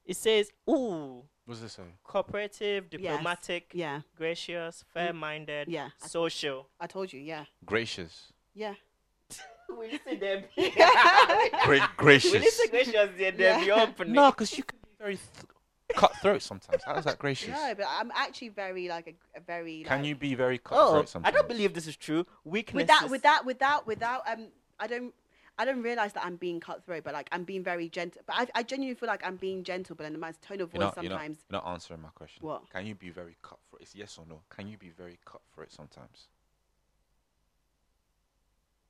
Speaker 1: It says, ooh,
Speaker 3: What does it say?
Speaker 1: cooperative,
Speaker 2: Yes,
Speaker 1: diplomatic,
Speaker 2: Yeah,
Speaker 1: gracious, fair-minded,
Speaker 2: yeah. I,
Speaker 1: social.
Speaker 2: I told you. Yeah,
Speaker 3: Gracious.
Speaker 2: yeah.
Speaker 1: Will you say them?
Speaker 3: Gra-
Speaker 1: Will
Speaker 3: gracious.
Speaker 1: you say gracious? Yeah, them.
Speaker 2: Yeah.
Speaker 1: You're opening.
Speaker 3: No, because you can be very th- cutthroat sometimes. How is that gracious?
Speaker 2: No, but I'm actually very like a, a very.
Speaker 3: Can
Speaker 2: like,
Speaker 3: you be very cutthroat
Speaker 1: Oh, I
Speaker 3: sometimes?
Speaker 1: don't believe this is true. Weaknesses.
Speaker 2: with that without without without um i don't i don't realize that i'm being cutthroat but like i'm being very gentle but i, I genuinely feel like i'm being gentle but in my tone of voice
Speaker 3: You're not, you're, not,
Speaker 2: sometimes
Speaker 3: you're not answering my question.
Speaker 2: What?
Speaker 3: Can you be very cutthroat? It's yes or no. Can you be very cutthroat sometimes?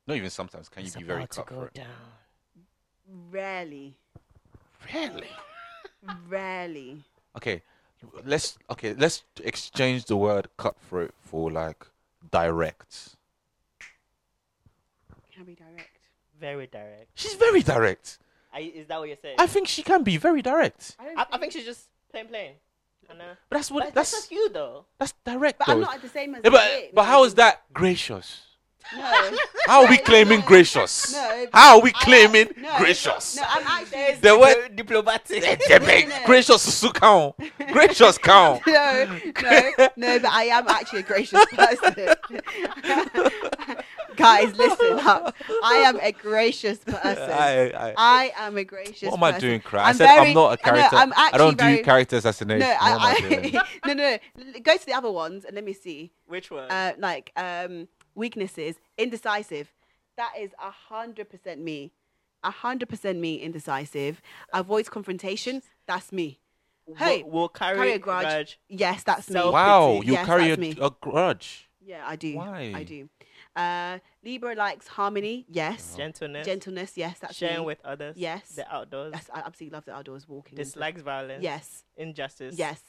Speaker 3: Not even sometimes. Can you be very cutthroat?
Speaker 1: down.
Speaker 2: rarely
Speaker 3: Really?
Speaker 2: rarely
Speaker 3: Okay, let's okay let's exchange the word cutthroat for like direct.
Speaker 2: can be direct
Speaker 1: Very direct.
Speaker 3: She's very direct.
Speaker 1: I, is that what you're saying?
Speaker 3: I think she can be very direct.
Speaker 2: i don't
Speaker 1: I, I think she's just plain, plain. And, uh,
Speaker 3: But that's what
Speaker 1: but that's,
Speaker 3: that's
Speaker 1: just you, though.
Speaker 3: that's direct.
Speaker 2: but
Speaker 3: though.
Speaker 2: i'm not the same as
Speaker 3: Yeah,
Speaker 2: him.
Speaker 3: but but how is that gracious?
Speaker 2: no
Speaker 3: How are we
Speaker 2: No,
Speaker 3: claiming
Speaker 2: no,
Speaker 3: gracious?
Speaker 2: no,
Speaker 3: How are we
Speaker 2: I-
Speaker 3: claiming
Speaker 2: no,
Speaker 3: gracious?
Speaker 2: no i'm actually
Speaker 1: There's
Speaker 3: The word-
Speaker 1: diplomatic.
Speaker 3: Damn it,
Speaker 2: no, no.
Speaker 3: Gracious su- count. Gracious count.
Speaker 2: no, no, no, but I am actually a gracious person. Guys, listen up. I am a gracious person.
Speaker 3: I, I,
Speaker 2: I am a gracious.
Speaker 3: what am I
Speaker 2: person.
Speaker 3: doing, Cry? I
Speaker 2: I'm
Speaker 3: said
Speaker 2: very-
Speaker 3: I'm not a
Speaker 2: no,
Speaker 3: character.
Speaker 2: I'm
Speaker 3: I don't
Speaker 2: actually
Speaker 3: do
Speaker 2: very-
Speaker 3: character assassination.
Speaker 2: No,
Speaker 3: What am I doing?
Speaker 2: I, I no, no, no. L- Go to the other ones and let me see.
Speaker 1: Which one?
Speaker 2: Uh, like um, weaknesses, indecisive. That is a hundred percent me. A hundred percent me, indecisive. Avoids confrontation. That's me. Hey,
Speaker 1: we'll, we'll carry,
Speaker 2: carry a
Speaker 1: a
Speaker 2: grudge.
Speaker 1: grudge.
Speaker 2: Yes, that's me.
Speaker 1: Self-
Speaker 3: Wow,
Speaker 2: Yes,
Speaker 3: you carry
Speaker 2: that's
Speaker 3: a,
Speaker 2: me.
Speaker 3: a grudge.
Speaker 2: Yeah, I do. I
Speaker 3: Why?
Speaker 2: do. Uh, Libra likes harmony. Yes.
Speaker 1: Oh. Gentleness.
Speaker 2: Gentleness. Yes, that's
Speaker 1: sharing
Speaker 2: me.
Speaker 1: with others.
Speaker 2: Yes.
Speaker 1: The outdoors.
Speaker 2: Yes, I absolutely love the outdoors walking. and stuff.
Speaker 1: dislikes violence.
Speaker 2: Yes.
Speaker 1: Injustice.
Speaker 2: Yes.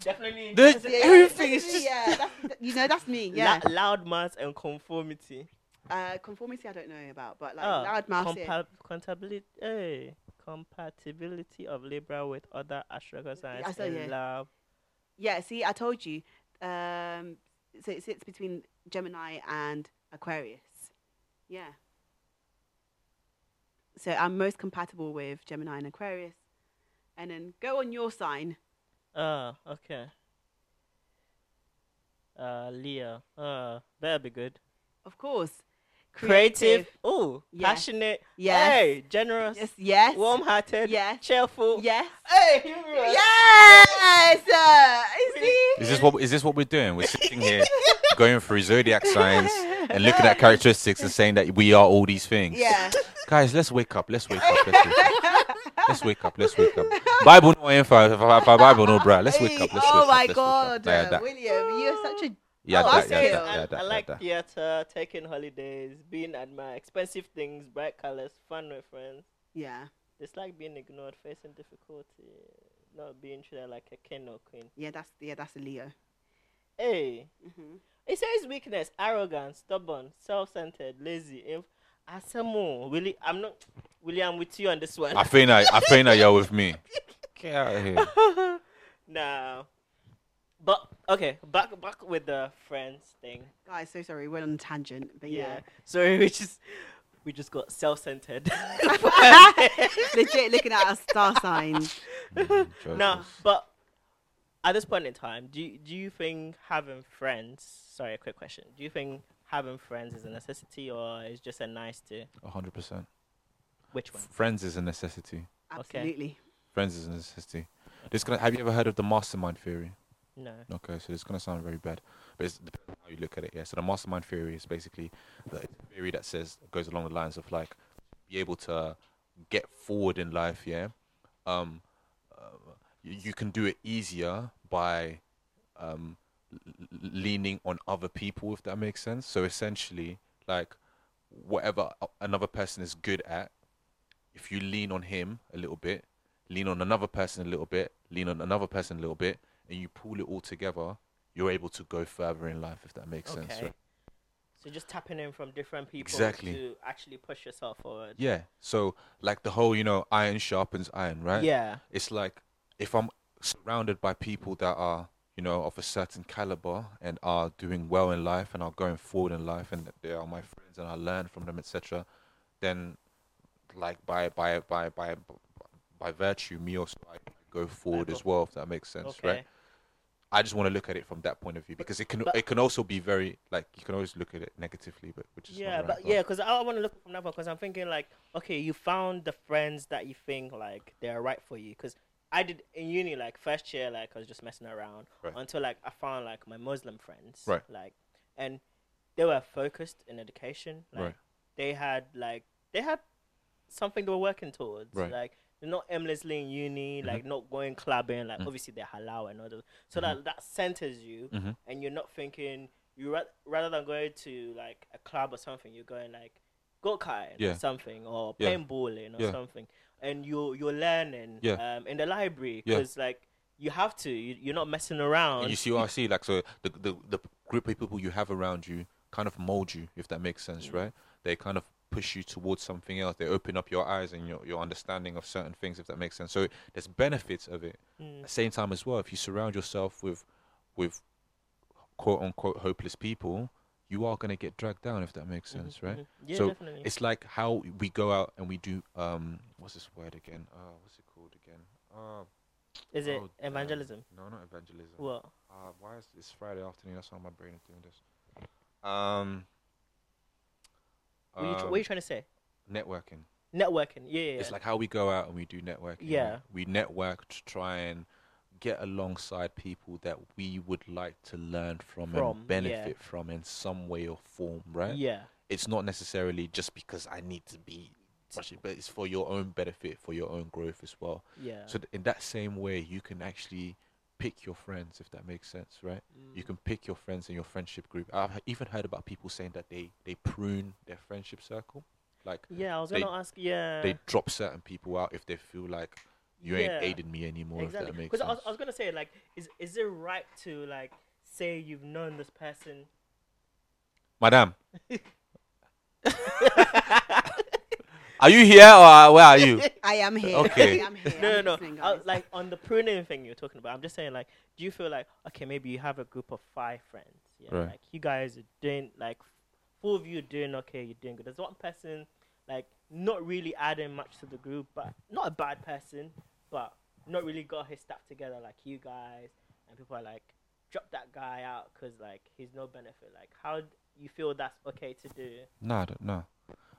Speaker 1: Definitely.
Speaker 3: There's-
Speaker 1: injustice.
Speaker 2: Yeah, yeah,
Speaker 3: Everything
Speaker 2: that's
Speaker 3: is
Speaker 2: me,
Speaker 3: just-
Speaker 2: yeah. That's, you know, that's me. Yeah.
Speaker 1: La- loud mouth and conformity.
Speaker 2: Uh, conformity, I don't know about, but like
Speaker 1: Oh,
Speaker 2: loud mouth. yeah.
Speaker 1: Compa- compatibility, hey, compatibility of Libra with other astrological signs
Speaker 2: I saw,
Speaker 1: in
Speaker 2: yeah.
Speaker 1: love.
Speaker 2: Yeah, see, I told you. Um, so it sits between Gemini and Aquarius. Yeah. So I'm most compatible with Gemini and Aquarius. And then go on your sign.
Speaker 1: Oh, okay. Uh, Leo. Uh, better be good.
Speaker 2: Of course.
Speaker 1: Creative. Oh,
Speaker 2: Yes.
Speaker 1: passionate.
Speaker 2: Yes.
Speaker 1: Hey, generous.
Speaker 2: Yes. Yes.
Speaker 1: Warm-hearted.
Speaker 2: Yes.
Speaker 1: Cheerful.
Speaker 2: Yes.
Speaker 1: Hey, humorous.
Speaker 2: Yes. Uh, you see?
Speaker 3: Is this what is this what we're doing? We're sitting here going through zodiac signs and looking at characteristics and saying that we are all these things.
Speaker 2: Yeah.
Speaker 3: Guys, let's wake up. Let's wake up. Let's wake up. Let's wake up. Let's wake up. Bible no info. if I- if I Bible no bra. Let's wake
Speaker 2: Hey,
Speaker 3: up. Let's
Speaker 2: oh
Speaker 3: wake
Speaker 2: my
Speaker 3: up. let's
Speaker 2: God,
Speaker 3: Wake up.
Speaker 2: uh,
Speaker 3: Yeah, that.
Speaker 2: William, you're such a
Speaker 3: Yeah,
Speaker 2: Oh,
Speaker 3: that.
Speaker 2: I
Speaker 3: Yeah,
Speaker 2: see.
Speaker 3: that.
Speaker 1: I,
Speaker 3: Yeah,
Speaker 1: I
Speaker 3: that.
Speaker 1: like
Speaker 3: yeah, that.
Speaker 1: theater, taking holidays, being admired, expensive things, bright colors, fun with friends.
Speaker 2: yeah,
Speaker 1: Dislike being ignored, facing difficulty, not being treated like a king or queen.
Speaker 2: yeah. That's yeah, that's a Leo.
Speaker 1: Hey,
Speaker 2: hmm
Speaker 1: it says weakness, arrogance, stubborn, self-centered, lazy. Inf- Asamo, really, I'm not. William, with you on this one.
Speaker 3: I think I, I think that you're with me. Get out of here.
Speaker 1: no, but okay, back back with the friends thing.
Speaker 2: Guys, so sorry, we're on a tangent, but
Speaker 1: Yeah,
Speaker 2: yeah,
Speaker 1: sorry, we just we just got self-centered.
Speaker 2: legit looking at our star sign.
Speaker 1: No, but at this point in time, do you, do you think having friends? Sorry, a quick question. Do you think having friends is a necessity or is just a nice to?
Speaker 3: hundred percent.
Speaker 1: Which one?
Speaker 3: Friends is a necessity.
Speaker 1: Okay.
Speaker 2: Absolutely.
Speaker 3: Friends is a necessity. This gonna, have you ever heard of the mastermind theory?
Speaker 1: No.
Speaker 3: Okay, so it's going to sound very bad, but it's depends on how you look at it. Yeah. So the mastermind theory is basically the theory that says goes along the lines of like be able to get forward in life. Yeah, um, uh, you, you can do it easier by um, l- l- leaning on other people, if that makes sense. So essentially, like whatever a- another person is good at, if you lean on him a little bit, lean on another person a little bit, lean on another person a little bit, and you pull it all together, you're able to go further in life, if that makes
Speaker 1: Okay.
Speaker 3: sense. Right?
Speaker 1: So just tapping in from different people
Speaker 3: Exactly.
Speaker 1: to actually push yourself forward.
Speaker 3: Yeah. So like the whole, you know, iron sharpens iron, right?
Speaker 1: Yeah.
Speaker 3: It's like if I'm surrounded by people that are, you know, of a certain caliber and are doing well in life and are going forward in life and they are my friends and I learn from them, etc., then like by by by by by virtue, me also I go forward
Speaker 1: go
Speaker 3: as well, if that makes sense,
Speaker 1: Okay.
Speaker 3: right? I just want to look at it from that point of view because it can
Speaker 1: but-
Speaker 3: it can also be very like you can always look at it negatively, but which is not
Speaker 1: Yeah,
Speaker 3: right,
Speaker 1: but yeah, because I want to look from that one because I'm thinking like, okay, you found the friends that you think like they're right for you. Because I did in uni like first year like I was just messing around
Speaker 3: Right.
Speaker 1: until like I found like my Muslim friends.
Speaker 3: Right.
Speaker 1: Like, and they were focused in education. Like,
Speaker 3: Right.
Speaker 1: They had like they had something they were working towards.
Speaker 3: Right.
Speaker 1: Like they're not aimlessly in uni,
Speaker 3: Mhm.
Speaker 1: like not going clubbing. Like
Speaker 3: Mhm.
Speaker 1: obviously they're halal and all those. So
Speaker 3: Mhm.
Speaker 1: that that centers you
Speaker 3: Mhm.
Speaker 1: and you're not thinking you ra- rather than going to like a club or something, you're going like go karting
Speaker 3: Yeah.
Speaker 1: or something or
Speaker 3: Yeah.
Speaker 1: playing bowling or
Speaker 3: Yeah.
Speaker 1: something, and you're you're learning
Speaker 3: Yeah.
Speaker 1: um, in the library
Speaker 3: Yeah.
Speaker 1: because like you have to, you, you're not messing around.
Speaker 3: And you see what I see, like so the, the the group of people you have around you kind of mold you, if that makes sense, right? They kind of push you towards something else. They open up your eyes and your your understanding of certain things, if that makes sense. So there's benefits of it.
Speaker 1: Mm.
Speaker 3: At the same time as well, if you surround yourself with with quote unquote hopeless people, you are gonna get dragged down, if that makes sense, right?
Speaker 1: Mhm. Yeah,
Speaker 3: so
Speaker 1: definitely.
Speaker 3: it's like how we go out and we do um what's this word again? Uh what's it called again? Uh,
Speaker 1: Is it
Speaker 3: oh, damn.
Speaker 1: evangelism?
Speaker 3: No, not evangelism.
Speaker 1: What?
Speaker 3: Uh, why is it's Friday afternoon? That's why my brain is doing this. Um,
Speaker 1: What, you tr-
Speaker 3: um,
Speaker 1: what are you trying to say?
Speaker 3: networking.
Speaker 1: Networking. Yeah, yeah.
Speaker 3: It's
Speaker 1: yeah.
Speaker 3: like how we go out and we do networking. right?
Speaker 1: Yeah.
Speaker 3: we network to try and get alongside people that we would like to learn from,
Speaker 1: From,
Speaker 3: and benefit from in some way or form, right?
Speaker 1: Yeah.
Speaker 3: It's not necessarily just because I need to be, rushing, but it's for your own benefit, for your own growth as well.
Speaker 1: Yeah.
Speaker 3: So th- in that same way, you can actually pick your friends, if that makes sense, right? You
Speaker 1: Mm.
Speaker 3: can pick your friends in your friendship group. I've h- even heard about people saying that they they prune their friendship circle, like
Speaker 1: yeah, I was
Speaker 3: they-
Speaker 1: gonna ask. Yeah.
Speaker 3: they drop certain people out if they feel like you
Speaker 1: Yeah.
Speaker 3: ain't aiding me anymore.
Speaker 1: exactly.
Speaker 3: If that makes
Speaker 1: Because
Speaker 3: sense.
Speaker 1: I, was- I was gonna say like, is is it right to like say you've known this person?
Speaker 3: Madam, are you here or where are you?
Speaker 2: I am here.
Speaker 3: Okay.
Speaker 2: I am here.
Speaker 1: no,
Speaker 2: I'm
Speaker 1: no,
Speaker 2: listening,
Speaker 1: no. I-
Speaker 2: guys.
Speaker 1: like on the pruning thing you're talking about, I'm just saying like, do you feel like okay, maybe you have a group of five friends, yeah,
Speaker 3: Right.
Speaker 1: like you guys are doing like four of you are doing okay, you're doing good. There's one person like not really adding much to the group, but not a bad person, but not really got his stuff together like you guys, and people are like, drop that guy out because like he's no benefit. Like how d- you feel that's okay to do?
Speaker 3: No, I don't know.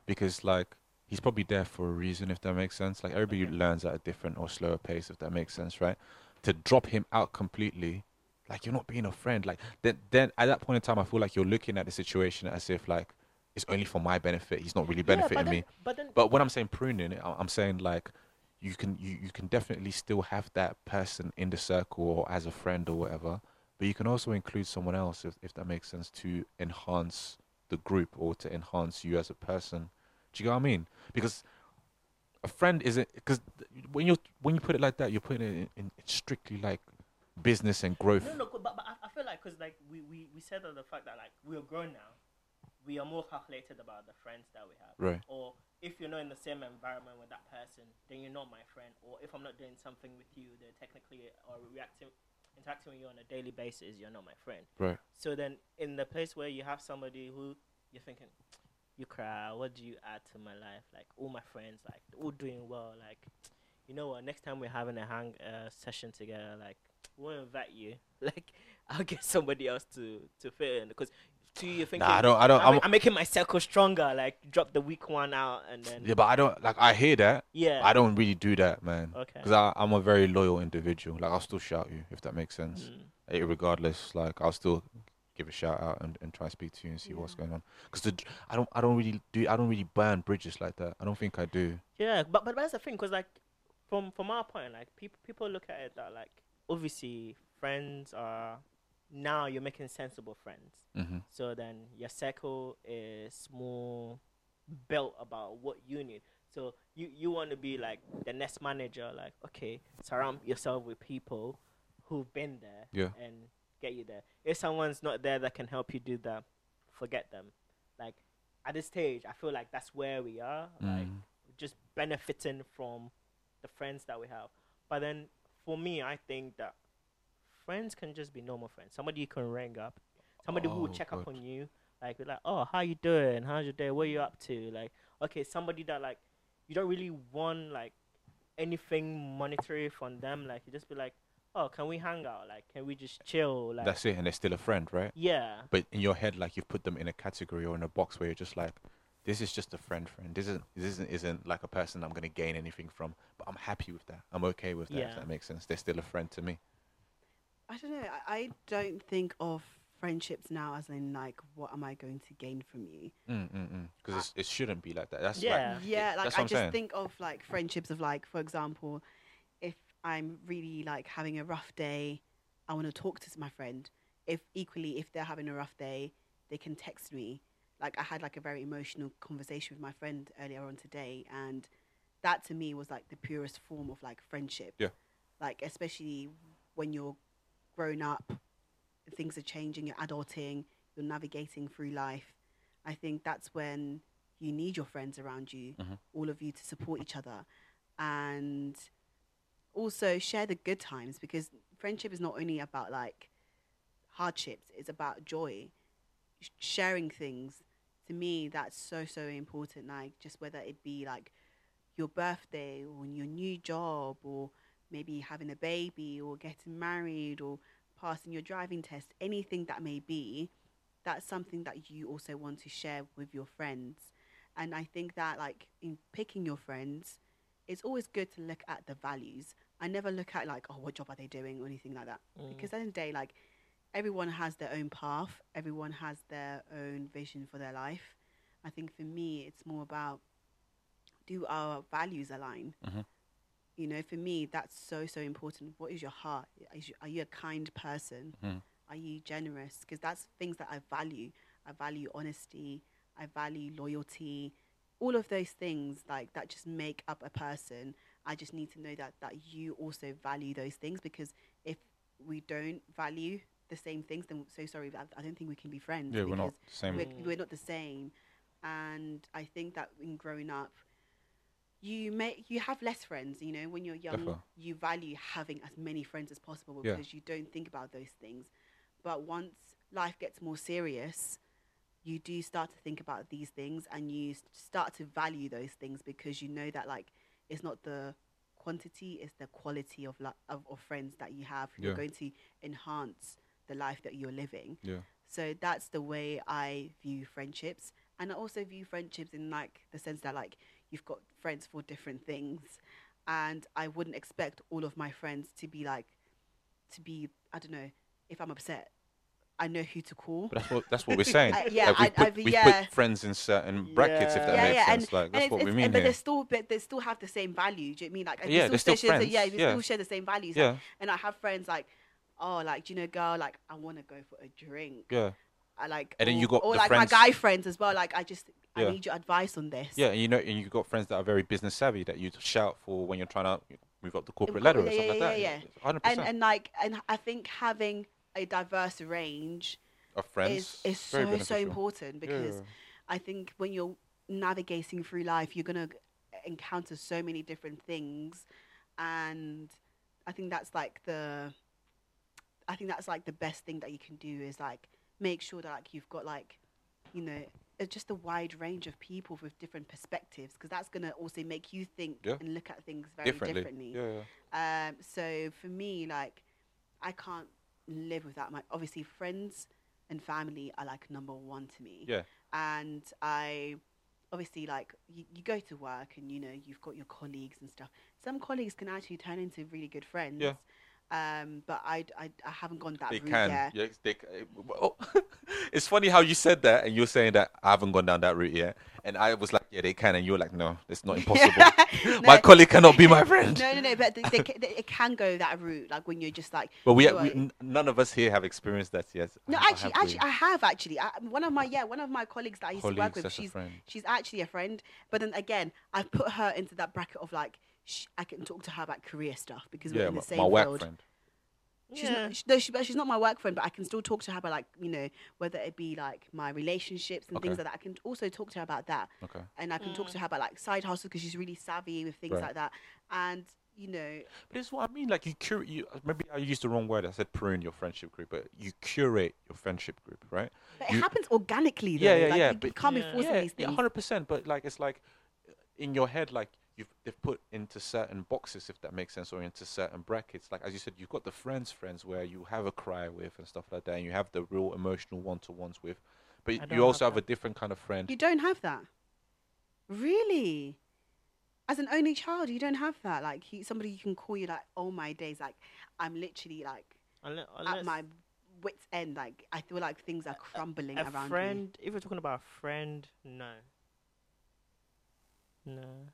Speaker 3: Because like he's probably there for a reason if that makes sense. Like everybody
Speaker 1: Okay.
Speaker 3: learns at a different or slower pace if that makes sense, right? To drop him out completely, like you're not being a friend. Like then then at that point in time I feel like you're looking at the situation as if like it's only for my benefit. He's not really benefiting
Speaker 1: yeah, but
Speaker 3: me.
Speaker 1: Then, but then
Speaker 3: But when I'm saying pruning, I- I'm saying like you can you, you can definitely still have that person in the circle or as a friend or whatever, but you can also include someone else if, if that makes sense to enhance the group or to enhance you as a person. Do you get what I mean? Because a friend isn't because when you when you put it like that, you're putting it in, in strictly like business and growth.
Speaker 1: No, no, 'cause- but, but I, I feel like because like we, we, we said that the fact that like we are grown now, we are more calculated about the friends that we have.
Speaker 3: Right.
Speaker 1: Or if you're not in the same environment with that person, then you're not my friend. Or if I'm not doing something with you, then technically or reacting, interacting with you on a daily basis, you're not my friend.
Speaker 3: Right.
Speaker 1: So then, in the place where you have somebody who you're thinking, you cry, what do you add to my life? Like all my friends, like they're all doing well. Like, you know what? Next time we're having a hang uh, session together, like we'll invite you. Like I'll get somebody else to to fit in because to you you're thinking.
Speaker 3: Nah, I don't I don't
Speaker 1: I'm,
Speaker 3: I'm,
Speaker 1: I'm making my circle stronger. Like drop the weak one out, and then
Speaker 3: yeah, but I don't like I hear that.
Speaker 1: yeah,
Speaker 3: I don't really do that, man.
Speaker 1: Okay.
Speaker 3: Because I I'm a very loyal individual. Like I'll still shout you if that makes sense.
Speaker 1: Mm.
Speaker 3: Eh, regardless, like I'll still give a shout out and, and try to speak to you and see what's going on. Because I don't I don't really do I don't really burn bridges like that. I don't think I do.
Speaker 1: Yeah, but but that's the thing, cause like from from our point, like people people look at it that like obviously friends are now you're making sensible friends.
Speaker 3: Mm-hmm.
Speaker 1: So then your circle is more built about what you need. So you you want to be like the next manager, like okay, surround yourself with people who've been there
Speaker 3: Yeah.
Speaker 1: and get you there. If someone's not there that can help you do that, forget them. Like at this stage, I feel like that's where we are. Like
Speaker 3: Mhm.
Speaker 1: just benefiting from the friends that we have. But then for me, I think that friends can just be normal friends. Somebody you can ring up, somebody who will
Speaker 3: Oh,
Speaker 1: check up
Speaker 3: good.
Speaker 1: on you, like be like, oh, how you doing? How's your day? What you up to? Like, okay, somebody that like you don't really want like anything monetary from them. Like you just be like, oh, can we hang out? Like, can we just chill? Like,
Speaker 3: That's it, and they're still a friend, right?
Speaker 1: yeah,
Speaker 3: But in your head, like you've put them in a category or in a box where you're just like, this is just a friend, friend. This isn't this isn't, isn't like a person I'm gonna gain anything from. But I'm happy with that. I'm okay with that.
Speaker 1: Yeah.
Speaker 3: If that makes sense, they're still a friend to me.
Speaker 2: I don't know. I, I don't think of friendships now as in like, what am I going to gain from you?
Speaker 3: Because mm it's it shouldn't be like that. That's
Speaker 1: Yeah.
Speaker 3: like,
Speaker 2: Yeah, like
Speaker 3: that's
Speaker 2: I
Speaker 3: what I'm
Speaker 2: just
Speaker 3: saying.
Speaker 2: think of like friendships of like, for example, if I'm really like having a rough day, I want to talk to my friend. If equally, if they're having a rough day, they can text me. Like I had like a very emotional conversation with my friend earlier on today, and that to me was like the purest form of like friendship.
Speaker 3: Yeah.
Speaker 2: Like especially when you're grown up, things are changing, you're adulting, you're navigating through life. I think that's when you need your friends around you,
Speaker 3: Mhm.
Speaker 2: all of you to support each other and also share the good times because friendship is not only about like hardships, it's about joy, sh- sharing things. To me, that's so, so important. Like, just whether it be like your birthday or your new job or maybe having a baby or getting married or passing your driving test, anything that may be, that's something that you also want to share with your friends. And I think that, like, in picking your friends, it's always good to look at the values. I never look at like, oh, what job are they doing or anything like that.
Speaker 1: Mm.
Speaker 2: Because at the end of the day, like everyone has their own path, everyone has their own vision for their life. I think for me, it's more about do our values align?
Speaker 3: Mhm.
Speaker 2: You know, for me, that's so, so important. What is your heart? Is you, are you a kind person?
Speaker 3: Mhm.
Speaker 2: Are you generous? Because that's things that I value. I value honesty, I value loyalty, all of those things like that just make up a person. I just need to know that that you also value those things because if we don't value the same things, then so sorry, I, I don't think we can be friends.
Speaker 3: Yeah, we're not
Speaker 2: because
Speaker 3: same.
Speaker 2: We're, we're not the same, and I think that in growing up, you may you have less friends. You know, when you're young,
Speaker 3: Definitely.
Speaker 2: you value having as many friends as possible
Speaker 3: Yeah.
Speaker 2: because you don't think about those things. But once life gets more serious, you do start to think about these things and you s- start to value those things because you know that like it's not the quantity it's the quality of, li- of of friends that you have who
Speaker 3: Yeah.
Speaker 2: are going to enhance the life that you're living
Speaker 3: Yeah.
Speaker 2: so that's the way i view friendships and i also view friendships in like the sense that like you've got friends for different things and i wouldn't expect all of my friends to be like to be i don't know if i'm upset i know who to call
Speaker 3: But that's what that's what we're saying.
Speaker 2: Uh, yeah,
Speaker 3: Like, we
Speaker 2: I-
Speaker 3: put,
Speaker 2: I've-
Speaker 3: we
Speaker 2: yeah.
Speaker 3: put friends in certain brackets if that
Speaker 1: Yeah.
Speaker 3: makes
Speaker 2: Yeah, yeah,
Speaker 3: sense. like that's
Speaker 2: and
Speaker 3: what
Speaker 2: it's,
Speaker 3: we
Speaker 2: it's-
Speaker 3: mean
Speaker 2: and, but
Speaker 3: here.
Speaker 2: they still but they still have the same value. Do you know what I mean like?
Speaker 3: Yeah,
Speaker 2: we
Speaker 3: they're still
Speaker 2: share the- yeah,
Speaker 3: friends,
Speaker 2: we
Speaker 3: yeah.
Speaker 2: still share the same values. like-
Speaker 3: Yeah,
Speaker 2: and I have friends like, oh, like do you know, girl, like I want to go for a drink.
Speaker 3: yeah,
Speaker 2: I like.
Speaker 3: And then
Speaker 2: or-
Speaker 3: you got
Speaker 2: or
Speaker 3: the
Speaker 2: like
Speaker 3: friends-
Speaker 2: my guy friends as well. Like I just
Speaker 3: Yeah.
Speaker 2: I need your advice on this.
Speaker 3: yeah. And you know, and you've got friends that are very business savvy that you shout for when you're trying to move up the corporate ladder or
Speaker 2: yeah,
Speaker 3: something like
Speaker 2: yeah,
Speaker 3: that.
Speaker 2: yeah,
Speaker 3: Hundred
Speaker 2: And
Speaker 3: percent
Speaker 2: and like and I think having a diverse range
Speaker 3: of friends
Speaker 2: is is so
Speaker 3: very
Speaker 2: so
Speaker 3: beneficial.
Speaker 2: important because I think when you're navigating through life, you're gonna encounter so many different things, and I think that's like the, I think that's like the best thing that you can do is like make sure that like you've got like, you know, uh, just a wide range of people with different perspectives because that's gonna also make you think
Speaker 3: Yeah.
Speaker 2: and look at things very
Speaker 3: differently.
Speaker 2: differently.
Speaker 3: Yeah, yeah.
Speaker 2: Um, so for me, like, I can't live without my. Obviously, friends and family are like number one to me.
Speaker 3: Yeah.
Speaker 2: And I, obviously, like, you, you go to work and you know you've got your colleagues and stuff. Some colleagues can actually turn into really good friends.
Speaker 3: Yeah.
Speaker 2: Um, but I, I, I haven't gone that
Speaker 3: They
Speaker 2: route
Speaker 3: can.
Speaker 2: yet.
Speaker 3: Yes, they ca- eh, well, it's funny how you said that, and you're saying that I haven't gone down that route yet, and I was like, yeah, they can, and you're like, no, it's not impossible.
Speaker 2: No.
Speaker 3: My colleague cannot be my friend.
Speaker 2: No, no, no. But they, they, ca- they, it can go that route, like when you're just like.
Speaker 3: But we,
Speaker 2: you
Speaker 3: we
Speaker 2: are-
Speaker 3: n- none of us here have experienced that yet.
Speaker 2: No,
Speaker 3: I- I
Speaker 2: actually,
Speaker 3: have
Speaker 2: actually, I have actually. I, one of my yeah, one of my colleagues that I used to
Speaker 3: Colleagues,
Speaker 2: work with,
Speaker 3: that's a
Speaker 2: she's
Speaker 3: friend.
Speaker 2: she's actually a friend. But then again, I put her into that bracket of like sh- I can talk to her about career stuff because
Speaker 3: yeah,
Speaker 2: we're in
Speaker 3: my,
Speaker 2: the same
Speaker 3: my work
Speaker 2: field.
Speaker 3: friend.
Speaker 2: She's
Speaker 1: Mm. Yeah.
Speaker 2: not, sh no, she, but she's not my work friend, but I can still talk to her about like you know whether it be like my relationships and things
Speaker 3: Okay.
Speaker 2: like that. I can also talk to her about that,
Speaker 3: Okay.
Speaker 2: and I can
Speaker 1: Mm.
Speaker 2: talk to her about like side hustles because she's really savvy with things
Speaker 3: Right.
Speaker 2: like that. And you know,
Speaker 3: But it's what I mean. Like you curate. You maybe I used the wrong word. I said prune your friendship group, but you curate your friendship group, right?
Speaker 2: but
Speaker 3: You-
Speaker 2: it happens organically. Though.
Speaker 3: Yeah, yeah,
Speaker 2: like,
Speaker 3: yeah,
Speaker 2: You,
Speaker 3: but-
Speaker 2: you can't
Speaker 1: Yeah.
Speaker 2: be forcing these
Speaker 3: yeah,
Speaker 2: things.
Speaker 3: hundred percent. But like, it's like in your head, like you've they've put into certain boxes, if that makes sense, or into certain brackets. Like as you said, you've got the friends, friends where you have a cry with and stuff like that, and you have the real emotional one to ones with. But
Speaker 1: don't
Speaker 3: you also
Speaker 1: have
Speaker 3: have, a different kind of friend.
Speaker 2: You don't have that. Really? As an only child, you don't have that. Like you, somebody you can call you like, oh my days, like I'm literally like
Speaker 1: Unle-
Speaker 2: at
Speaker 1: unless
Speaker 2: my wits end. Like I feel like things are crumbling
Speaker 1: a
Speaker 2: around me.
Speaker 1: friend, if we're talking about a friend, no. No.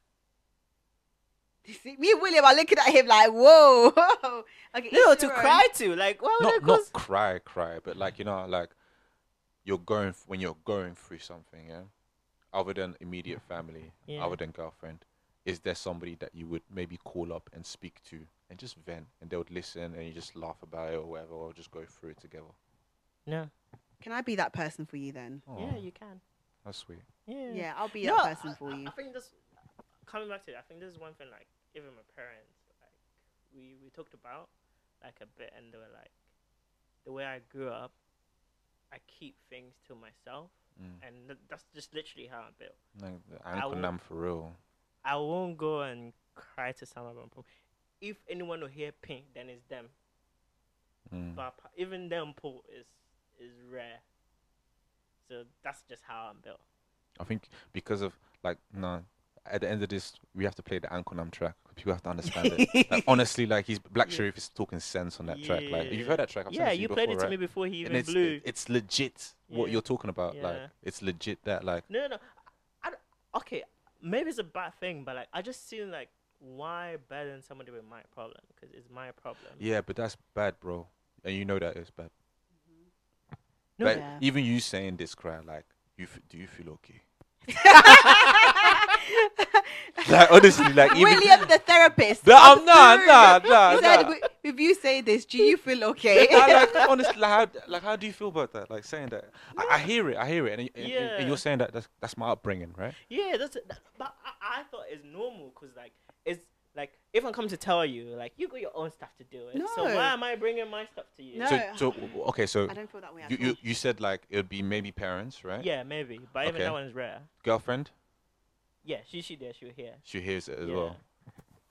Speaker 2: You see, me and William are looking at him like, whoa. okay, each
Speaker 1: No, to
Speaker 2: their own.
Speaker 1: cry to. Like, why would I
Speaker 3: not
Speaker 1: cause
Speaker 3: not cry, cry, but like you know, like you're going f- when you're going through something, yeah. Other than immediate family,
Speaker 1: Yeah.
Speaker 3: other than girlfriend, is there somebody that you would maybe call up and speak to and just vent, and they would listen, and you just laugh about it or whatever, or just go through it together?
Speaker 1: No.
Speaker 2: Can I be that person for you then?
Speaker 3: Oh,
Speaker 1: Yeah, you can.
Speaker 3: that's sweet.
Speaker 1: Yeah.
Speaker 2: Yeah, I'll be
Speaker 1: No,
Speaker 2: that person for
Speaker 1: I-
Speaker 2: you.
Speaker 1: I think this coming back to it, I think this is one thing like even my parents, like we, we talked about like a bit and they were like the way I grew up, I keep things to myself
Speaker 3: Mm.
Speaker 1: and th- that's just literally how I'm built.
Speaker 3: Like, the Uncle
Speaker 1: would-
Speaker 3: Nam for real.
Speaker 1: I won't go and cry to someone about Paul. If anyone will hear pain, then it's them.
Speaker 3: Mm.
Speaker 1: But pa- even them Paul is is rare. So that's just how I'm built.
Speaker 3: I think because of like no, at the end of this we have to play the Uncle Nam track. people have to understand it. Like, honestly, like he's Black Sharif is talking sense on that track. Like
Speaker 1: Yeah.
Speaker 3: you've heard that track. I've sent
Speaker 1: yeah,
Speaker 3: it to
Speaker 1: you
Speaker 3: you
Speaker 1: played
Speaker 3: before,
Speaker 1: it to
Speaker 3: right?
Speaker 1: me before he even
Speaker 3: and it's it-
Speaker 1: blew.
Speaker 3: it's legit what
Speaker 1: Yeah.
Speaker 3: you're talking about. Like
Speaker 1: Yeah.
Speaker 3: it's legit that like
Speaker 1: No, no. I, d- okay, maybe it's a bad thing, but like I just feel like why burden somebody with my problem? Because it's my problem.
Speaker 3: yeah, but that's bad, bro. And you know that it's bad.
Speaker 1: Mm-hmm. No,
Speaker 3: like
Speaker 2: Yeah.
Speaker 3: even you saying this, cry like you f- do you feel okay? Like honestly, like even
Speaker 2: William, the therapist.
Speaker 3: No,
Speaker 2: of
Speaker 3: I'm not,
Speaker 2: the
Speaker 3: nah,
Speaker 2: room.
Speaker 3: nah,
Speaker 2: He said,
Speaker 3: nah.
Speaker 2: "Wi- if you say this, do you feel okay?
Speaker 3: I, like honestly, like how, like how do you feel about that? Like saying that, I, I hear it, I hear it, and, and- and- and
Speaker 1: Yeah.
Speaker 3: you're saying that that's, that's my upbringing, right?
Speaker 1: yeah, that's that, but I, I thought it's normal because like it's like if I come to tell you like you got your own stuff to do it, so
Speaker 2: No.
Speaker 1: why am I bringing my stuff to you?
Speaker 2: No.
Speaker 3: So, so okay, so
Speaker 2: I don't feel that way at
Speaker 3: you,
Speaker 2: all.
Speaker 3: you you said like it would be maybe parents, right?
Speaker 1: Yeah, maybe, but even
Speaker 3: Okay.
Speaker 1: that one is rare.
Speaker 3: Girlfriend,
Speaker 1: Yeah, she she there, she here.
Speaker 3: she hears it as
Speaker 1: Yeah.
Speaker 3: well.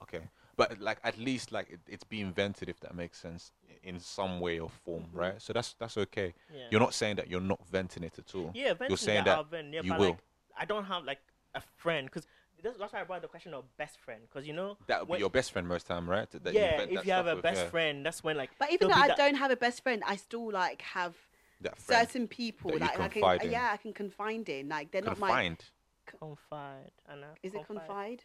Speaker 3: Okay, but like at least like it, it's been invented, if that makes sense, i- in some way or form, right? So that's that's okay.
Speaker 1: Mm-hmm. Yeah.
Speaker 3: You're not saying that you're not venting it at all.
Speaker 1: Yeah, eventually
Speaker 3: saying
Speaker 1: that
Speaker 3: that
Speaker 1: I'll vent, yeah,
Speaker 3: you
Speaker 1: but
Speaker 3: will.
Speaker 1: like I don't have like a friend because that's, that's why I brought the question of best friend because you know
Speaker 3: That would be
Speaker 1: when-
Speaker 3: your best friend most time, right? That
Speaker 1: yeah,
Speaker 3: vent that
Speaker 1: if you have
Speaker 3: stuff
Speaker 1: a
Speaker 3: with,
Speaker 1: best
Speaker 3: yeah,
Speaker 1: friend, that's when like.
Speaker 2: But even though
Speaker 1: there'll be
Speaker 2: I
Speaker 1: that-
Speaker 2: don't have a best friend, I still like have
Speaker 3: that friend.
Speaker 2: certain people
Speaker 3: that you
Speaker 2: that, I can,
Speaker 3: confide in.
Speaker 2: yeah, I can confide in. Like they're not my.
Speaker 3: confined.
Speaker 1: Confide, Anna.
Speaker 2: Is it confide?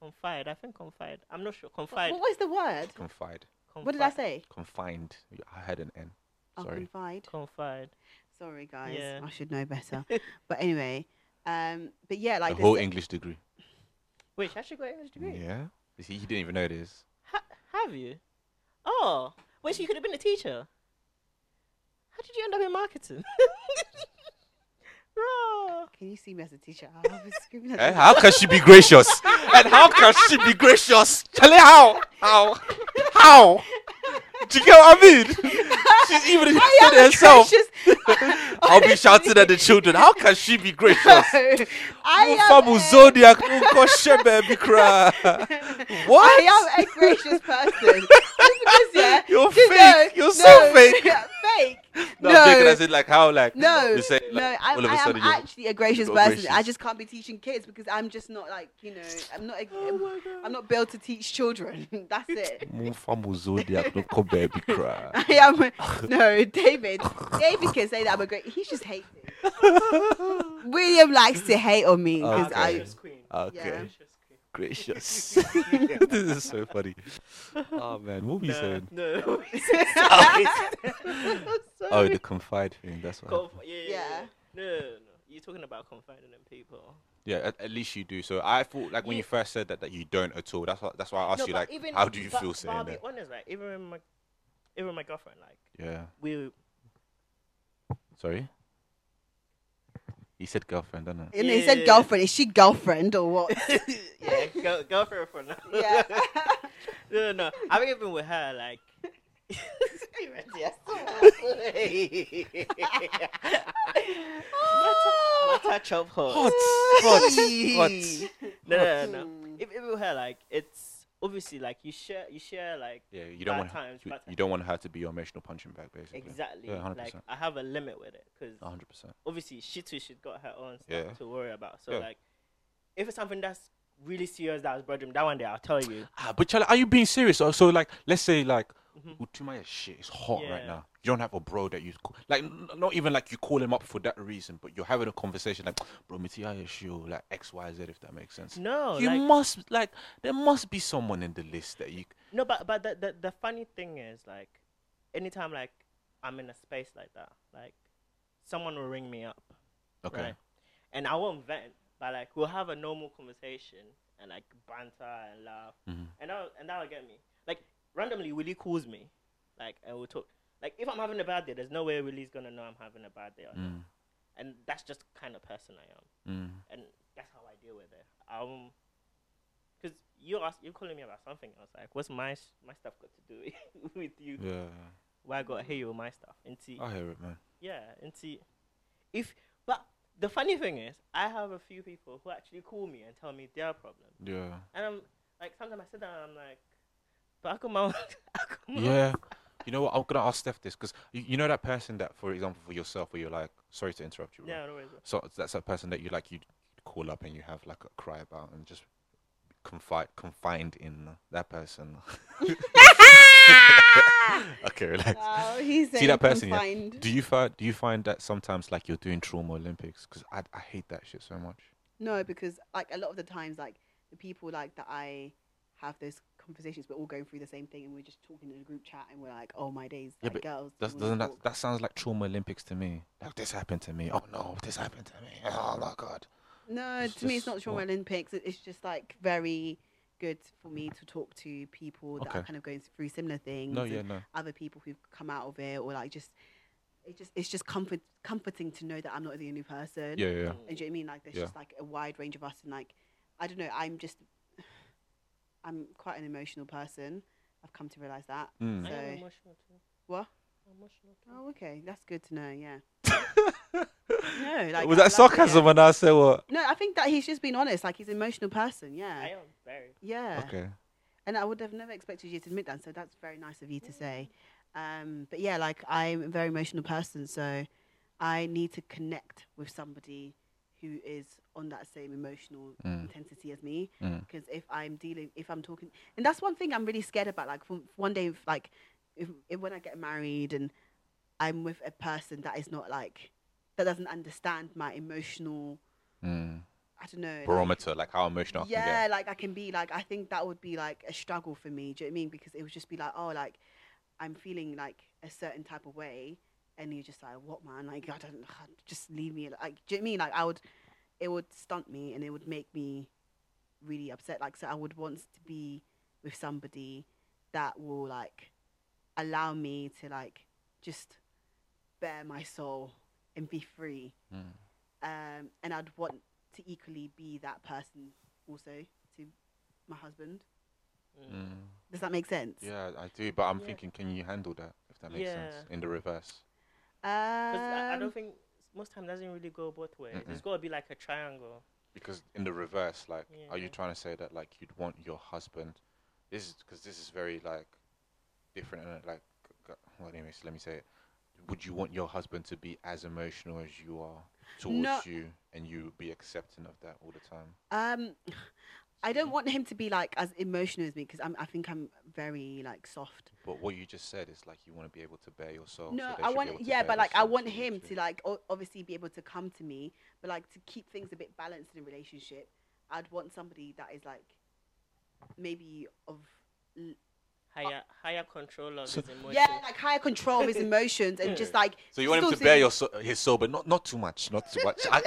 Speaker 1: Confide. I think confide. I'm not sure.
Speaker 2: Wh-
Speaker 1: Confide.
Speaker 2: What was the word?
Speaker 3: confide,
Speaker 2: What did I
Speaker 1: Confide.
Speaker 2: say?
Speaker 3: confined. I had an N.
Speaker 2: Oh,
Speaker 3: Sorry.
Speaker 2: confide.
Speaker 1: Confide.
Speaker 2: Sorry, guys.
Speaker 1: Yeah.
Speaker 2: I should know better. but anyway, um, but yeah, like
Speaker 3: the whole
Speaker 2: there's-
Speaker 3: English degree.
Speaker 1: Wait, she actually got an English degree.
Speaker 3: Yeah. You see, you didn't even know this.
Speaker 1: Ha- have you? Oh, wait. So you could have been a teacher. How did you end up in marketing? Oh Bro.
Speaker 2: Can you see me as a teacher? I was screaming at
Speaker 3: Eh,
Speaker 2: the-
Speaker 3: how can she be gracious? and how can she be gracious? Tell her how? How? How? Do you get what I mean? She's even
Speaker 2: I am
Speaker 3: said herself.
Speaker 2: gracious-
Speaker 3: I'll be shouting at the children. How can she be gracious?
Speaker 2: I
Speaker 3: Mo
Speaker 2: am
Speaker 3: fabu
Speaker 2: a-
Speaker 3: zodiac, mo ko shebe bikra. What?
Speaker 2: I am a gracious person. Just because, yeah,
Speaker 3: You're
Speaker 2: just
Speaker 3: fake.
Speaker 2: know-
Speaker 3: You're so
Speaker 2: no,
Speaker 3: fake.
Speaker 2: fake.
Speaker 3: No, I'm joking. I said like how like
Speaker 2: No,
Speaker 3: you say,
Speaker 2: no,
Speaker 3: like,
Speaker 2: I,
Speaker 3: all of a
Speaker 2: I am
Speaker 3: sudden you're-
Speaker 2: actually a gracious
Speaker 3: you're
Speaker 2: person. I
Speaker 3: gracious.
Speaker 2: just can't be teaching kids because I'm just not like you know, I'm not, a, I'm not built to teach children. That's it.
Speaker 3: Mo fabu zodiac, mo ko be bikra.
Speaker 2: I am a- no David. David can say that I'm a great. He's just hating. William likes to hate on me because
Speaker 3: Okay.
Speaker 2: I.
Speaker 1: Gracious queen.
Speaker 3: Okay.
Speaker 1: Gracious queen.
Speaker 3: gracious. this is so funny. Oh man, what were you
Speaker 1: Nah,
Speaker 3: saying?
Speaker 1: no.
Speaker 3: Oh, the confide thing. That's what.
Speaker 1: Conf- yeah, yeah, yeah.
Speaker 2: Yeah.
Speaker 1: No, no, no. You're talking about confiding in people.
Speaker 3: yeah, at, at least you do. So I thought, like, when
Speaker 1: You-
Speaker 3: you first said that, that you don't at all. That's why. That's why I asked
Speaker 1: No,
Speaker 3: you,
Speaker 1: but
Speaker 3: like,
Speaker 1: even-
Speaker 3: how do you
Speaker 1: but-
Speaker 3: feel
Speaker 1: but I'll
Speaker 3: saying
Speaker 1: be
Speaker 3: that?
Speaker 1: honest, like even with my, even with my girlfriend, like
Speaker 3: Yeah.
Speaker 1: we,
Speaker 3: Sorry. He said girlfriend, didn't it?
Speaker 2: And they
Speaker 1: Yeah,
Speaker 2: said
Speaker 1: yeah, yeah.
Speaker 2: girlfriend. Is she girlfriend or what?
Speaker 1: yeah, go, girlfriend for now.
Speaker 2: yeah.
Speaker 1: no, no, no. I mean, even with her, like. my, tou- my touch of her.
Speaker 3: Hot, hot, hot.
Speaker 1: No, no, no, no. If, if with her, like it's obviously like you share, you share like
Speaker 3: Yeah, you don't
Speaker 1: Bad
Speaker 3: want
Speaker 1: times,
Speaker 3: you,
Speaker 1: bad
Speaker 3: you don't want her to be your emotional punching bag, basically.
Speaker 1: exactly
Speaker 3: Yeah, 100%.
Speaker 1: like I have a limit with it because
Speaker 3: One hundred percent.
Speaker 1: obviously she too she's got her own stuff
Speaker 3: Yeah.
Speaker 1: to worry about. So
Speaker 3: Yeah.
Speaker 1: like, if it's something that's really serious that was bothering that one day I'll tell you.
Speaker 3: Ah, but Charlie, are you being serious? So, so like, let's say like, Utumaya shit is hot right
Speaker 1: Mm-hmm. Yeah.
Speaker 3: now. You don't have a bro that you c- like, n- not even like you call him up for that reason, but you're having a conversation like, bro, Mitiya show like X Y Z, if that makes sense.
Speaker 1: No,
Speaker 3: you
Speaker 1: like,
Speaker 3: must like, there must be someone in the list that you.
Speaker 1: no, but but the, the the funny thing is like, anytime like I'm in a space like that, like someone will ring me up,
Speaker 3: Okay,
Speaker 1: right? And I won't vent, but like we'll have a normal conversation and like banter and laugh,
Speaker 3: Mhm.
Speaker 1: and that and that'll get me. Like randomly, Willie calls me, like and we'll talk. Like if I'm having a bad day, there's no way Willie's gonna know I'm having a bad day, or not.
Speaker 3: Mm,
Speaker 1: and that's just the kind of person I am.
Speaker 3: mm.
Speaker 1: and that's how I deal with it. Um, because you ask, you're calling me about something else. Like, what's my s- my stuff got to do with you?
Speaker 3: Yeah, Ah.
Speaker 1: Why I got to hear you with my stuff? And see,
Speaker 3: I hear it, man.
Speaker 1: yeah, and see, if but the funny thing is, I have a few people who actually call me and tell me their problem,
Speaker 3: Yeah,
Speaker 1: and I'm like, sometimes I sit down and I'm like, but I got my, own- I got my own-
Speaker 3: yeah. You know what? I'm gonna ask Steph this because you, you know that person that, for example, for yourself, where you're like, sorry to interrupt you. bro."
Speaker 1: yeah, no worries.
Speaker 3: So that's a person that you like you call up and you have like a cry about and just confi- confined in that person. okay, relax.
Speaker 2: Oh, he's
Speaker 3: See that person? Yeah. Do you find do you find that sometimes like you're doing trauma Olympics? Because I I hate that shit so much.
Speaker 2: No, because like a lot of the times, like the people like that I have those conversations, we're all going through the same thing, and we're just talking in a group chat, and we're like, "Oh my days,
Speaker 3: Yeah,
Speaker 2: like,
Speaker 3: but
Speaker 2: girls."
Speaker 3: That's,
Speaker 2: we
Speaker 3: doesn't
Speaker 2: wanna
Speaker 3: that
Speaker 2: talk."
Speaker 3: that sounds like trauma Olympics to me? Like this happened to me. Oh no, this happened to me. Oh my god.
Speaker 2: No,
Speaker 3: It's
Speaker 2: to me, it's
Speaker 3: just
Speaker 2: not trauma
Speaker 3: what-
Speaker 2: Olympics. it- It's just like very good for me to talk to people that are
Speaker 3: Okay.
Speaker 2: kind of going through similar things.
Speaker 3: No,
Speaker 2: and
Speaker 3: yeah, no.
Speaker 2: Other people who've come out of it, or like just it just it's just comfort comforting to know that I'm not the only person.
Speaker 3: Yeah, yeah. yeah.
Speaker 1: Mm.
Speaker 2: And do you know what I mean? Like there's
Speaker 3: Yeah.
Speaker 2: just like a wide range of us, and like I don't know. I'm just I'm quite an emotional person. I've come to realize that.
Speaker 3: Mm.
Speaker 1: I am
Speaker 2: So-
Speaker 1: emotional too.
Speaker 2: What?
Speaker 1: I'm Emotional too.
Speaker 2: Oh, okay, that's good to know. Yeah. no, like
Speaker 3: Was
Speaker 2: I
Speaker 3: that
Speaker 2: love it, yeah.
Speaker 3: sarcasm when I said what?
Speaker 2: No, I think that he's just been honest. Like he's an emotional person.
Speaker 1: I
Speaker 2: Yeah.
Speaker 1: am very.
Speaker 2: Yeah.
Speaker 3: Okay.
Speaker 2: And I would have never expected you to admit that. So that's very nice of you to say. Um, but yeah, like I'm a very emotional person. So I need to connect with somebody who is on that same emotional
Speaker 3: Mm.
Speaker 2: intensity as me.
Speaker 3: Mm.
Speaker 2: Because if I'm dealing, if I'm talking, and that's one thing I'm really scared about. Like from one day, if, like if, if when I get married and I'm with a person that is not like, that doesn't understand my emotional,
Speaker 3: Mm.
Speaker 2: I don't know. like-
Speaker 3: Barometer, like how emotional I can
Speaker 2: yeah,
Speaker 3: get.
Speaker 2: like I can be like I think that would be like a struggle for me. Do you know what I mean? Because it would just be like, oh, like I'm feeling like a certain type of way, and you're just like, what, man? Like I don't, just leave me. al- Like, do you know what I mean? Like I would, it would stunt me, and it would make me really upset. Like so, I would want to be with somebody that will like allow me to like just bare my soul and be free
Speaker 3: Mm.
Speaker 2: um, and I'd want to equally be that person also to my husband.
Speaker 1: Mm.
Speaker 3: Mm.
Speaker 2: Does that make sense?
Speaker 3: Yeah, I do, but I'm
Speaker 1: Yeah.
Speaker 3: thinking, can you handle that? If that makes sense,
Speaker 1: Yeah.
Speaker 3: in the reverse.
Speaker 1: 'Cause I, I
Speaker 2: Um,
Speaker 1: don't think most time doesn't really go both ways.
Speaker 3: Mm-mm.
Speaker 1: It's got to be like a triangle.
Speaker 3: Because in the reverse, like, are you
Speaker 1: Yeah.
Speaker 3: trying to say that like you'd want your husband? This is because this is very like different. And like, g- g- well, anyways, let me say it. Would you want your husband to be as emotional as you are towards
Speaker 2: No.
Speaker 3: you, and you be accepting of that all the time?
Speaker 2: um, I don't want him to be like as emotional as me because I think I'm very like soft.
Speaker 3: But what you just said is like you want to be able to bear yourself. Oh, so
Speaker 2: No,
Speaker 3: they should
Speaker 2: I
Speaker 3: be able
Speaker 2: want
Speaker 3: to
Speaker 2: yeah,
Speaker 3: bear
Speaker 2: but like I
Speaker 3: themselves
Speaker 2: want
Speaker 3: towards
Speaker 2: him
Speaker 3: you.
Speaker 2: to like o- obviously be able to come to me, but like to keep things a bit balanced in a relationship, I'd want somebody that is like maybe of
Speaker 1: Higher, higher control of
Speaker 3: So-
Speaker 1: his emotions.
Speaker 2: yeah, like higher control of his emotions and just
Speaker 3: Yeah.
Speaker 2: like
Speaker 3: So you want him
Speaker 2: still
Speaker 3: to bear
Speaker 2: to-
Speaker 3: your so- his soul, but not, not too much, not too much. I,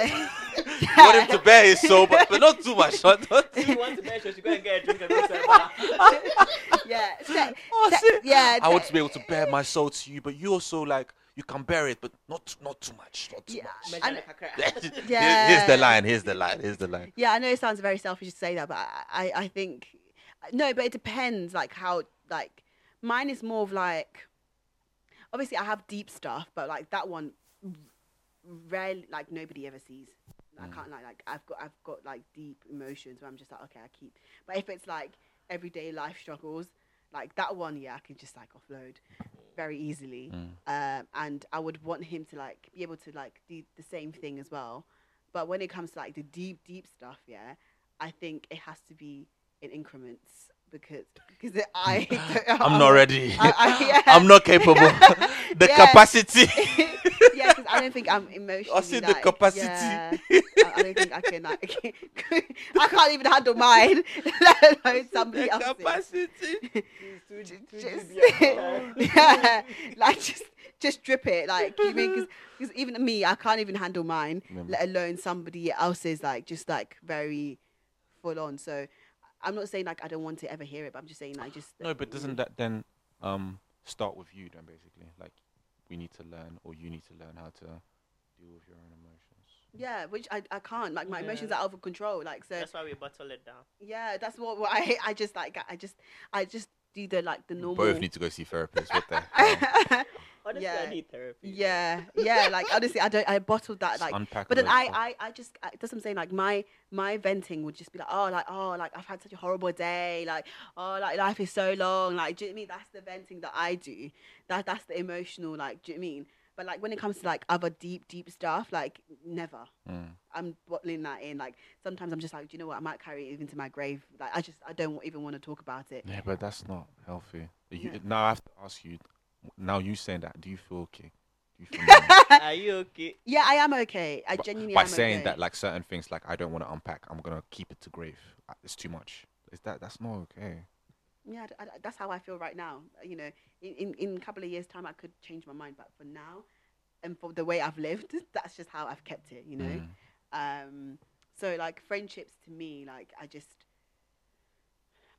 Speaker 3: You want him to bear his soul, but, but not too much. Not, not too
Speaker 1: if you want to measure, you go and get a drink and mix it up.
Speaker 2: yeah, se-
Speaker 3: Oh,
Speaker 2: se-
Speaker 3: shit.
Speaker 2: yeah.
Speaker 3: I want
Speaker 2: se-
Speaker 3: to be able to bear my soul to you, but you also like you can bear it, but not not too much, not too
Speaker 2: Yeah,
Speaker 3: much.
Speaker 1: Measure
Speaker 2: And-
Speaker 1: like a crack.
Speaker 3: Here- Here's
Speaker 2: Yeah.
Speaker 3: the line. Here's the line. Here's the line.
Speaker 2: Yeah, I know it sounds very selfish to say that, but I, I, I think no, but it depends. Like how, like mine is more of like, obviously I have deep stuff, but like that one, rarely, like nobody ever sees. I
Speaker 3: Mm.
Speaker 2: can't like, like I've got, I've got like deep emotions where I'm just like, okay, I keep. But if it's like everyday life struggles, like that one, yeah, I can just like offload very easily.
Speaker 3: Mm.
Speaker 2: um, and I would want him to like be able to like do the same thing as well. But when it comes to like the deep, deep stuff, yeah, I think it has to be in increments because because it- I Uh,
Speaker 3: I'm not ready.
Speaker 2: I- I- uh, yeah.
Speaker 3: I'm not capable. the
Speaker 2: Yeah.
Speaker 3: capacity.
Speaker 2: yeah, because I don't think I'm emotionally.
Speaker 3: I see the
Speaker 2: like,
Speaker 3: capacity.
Speaker 2: yeah, I, I don't think I can. Like, I can't even handle mine. let alone somebody
Speaker 3: the
Speaker 2: else's.
Speaker 3: capacity.
Speaker 2: J-
Speaker 1: Just-
Speaker 2: just yeah, like just just drip it, like you mean because even me, I can't even handle mine,
Speaker 3: Mm.
Speaker 2: let alone somebody else's, like just like very full on. So I'm not saying like I don't want to ever hear it, but I'm just saying like just
Speaker 3: No, but doesn't that then um, start with you then basically? Like we need to learn, or you need to learn how to deal with your own emotions.
Speaker 2: yeah, which I, I can't like my
Speaker 1: Yeah.
Speaker 2: emotions are out of control, like so
Speaker 1: That's why we bottle it down.
Speaker 2: yeah, that's what, what I I just like I just I just do the like the normal.
Speaker 3: Both need to go see therapists. What the hell?
Speaker 1: Honestly,
Speaker 2: Yeah.
Speaker 1: I need therapy.
Speaker 2: yeah, yeah, like honestly, I don't I bottled that
Speaker 3: Just
Speaker 2: like
Speaker 3: unpack
Speaker 2: But then
Speaker 3: those
Speaker 2: I,
Speaker 3: thoughts.
Speaker 2: I, I just I, that's what I'm saying. Like my my venting would just be like, oh, like oh, like I've had such a horrible day. Like oh, like life is so long. Like do you know what I mean? That's the venting that I do. That that's the emotional. Like do you know what I mean? But like when it comes to like other deep, deep stuff, like never.
Speaker 3: Mm.
Speaker 2: I'm bottling that in. Like sometimes I'm just like, do you know what? I might carry it even to my grave. Like I just I don't even want to talk about it.
Speaker 3: Yeah, but that's not healthy. You,
Speaker 2: No.
Speaker 3: Now I have to ask you. Now you saying that, do you feel okay? Do you feel normal?
Speaker 1: Are you okay?
Speaker 2: Yeah, I am okay. I
Speaker 3: But-
Speaker 2: genuinely
Speaker 3: by
Speaker 2: am
Speaker 3: saying
Speaker 2: okay.
Speaker 3: that, like certain things, like I don't want to unpack. I'm gonna keep it to grave. Uh, It's too much. Is that that's not okay?
Speaker 2: yeah, I- I- that's how I feel right now. You know, in, in in a couple of years' time, I could change my mind, but for now, and for the way I've lived, that's just how I've kept it. You know.
Speaker 3: Mm.
Speaker 2: Um, so like friendships to me, like I just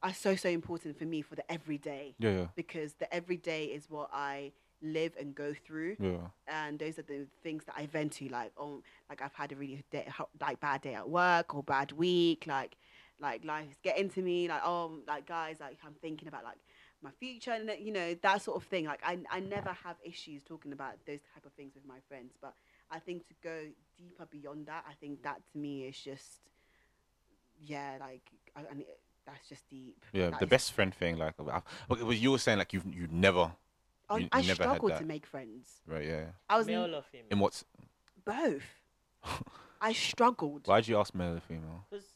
Speaker 2: are so so important for me for the everyday
Speaker 3: Yeah, yeah,
Speaker 2: because the everyday is what I live and go through,
Speaker 3: yeah.
Speaker 2: and those are the things that I vent to. Like oh, like I've had a really day, ho- like bad day at work or bad week, like like life is getting to me. Like oh, like guys, like I'm thinking about like my future and that- you know that sort of thing. Like I I never have issues talking about those type of things with my friends, but I think to go deeper beyond that, I think that to me is just, yeah, like, I, and it, that's just deep.
Speaker 3: Yeah,
Speaker 2: That
Speaker 3: the
Speaker 2: is-
Speaker 3: best friend thing, like, I, I- but it was- you were saying, like, you've you never,
Speaker 2: I,
Speaker 3: you-
Speaker 2: I
Speaker 3: you never had
Speaker 2: struggled to
Speaker 3: that.
Speaker 2: make friends.
Speaker 3: right? Yeah.
Speaker 2: I was
Speaker 1: Male or female?
Speaker 3: In what's
Speaker 2: both. I struggled.
Speaker 3: why'd you ask male or female?
Speaker 1: 'Cause-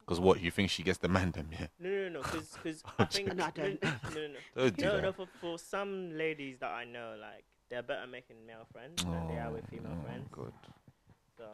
Speaker 3: Because what you think she gets the man? Then yeah,
Speaker 1: no, no, no, because
Speaker 3: Oh,
Speaker 1: I think
Speaker 2: No, I don't.
Speaker 1: no, no, no.
Speaker 3: don't do
Speaker 1: No,
Speaker 3: that.
Speaker 1: no, for, for some ladies that I know, like they're better making male friends than they are with female
Speaker 3: oh,
Speaker 1: friends.
Speaker 3: God.
Speaker 1: So,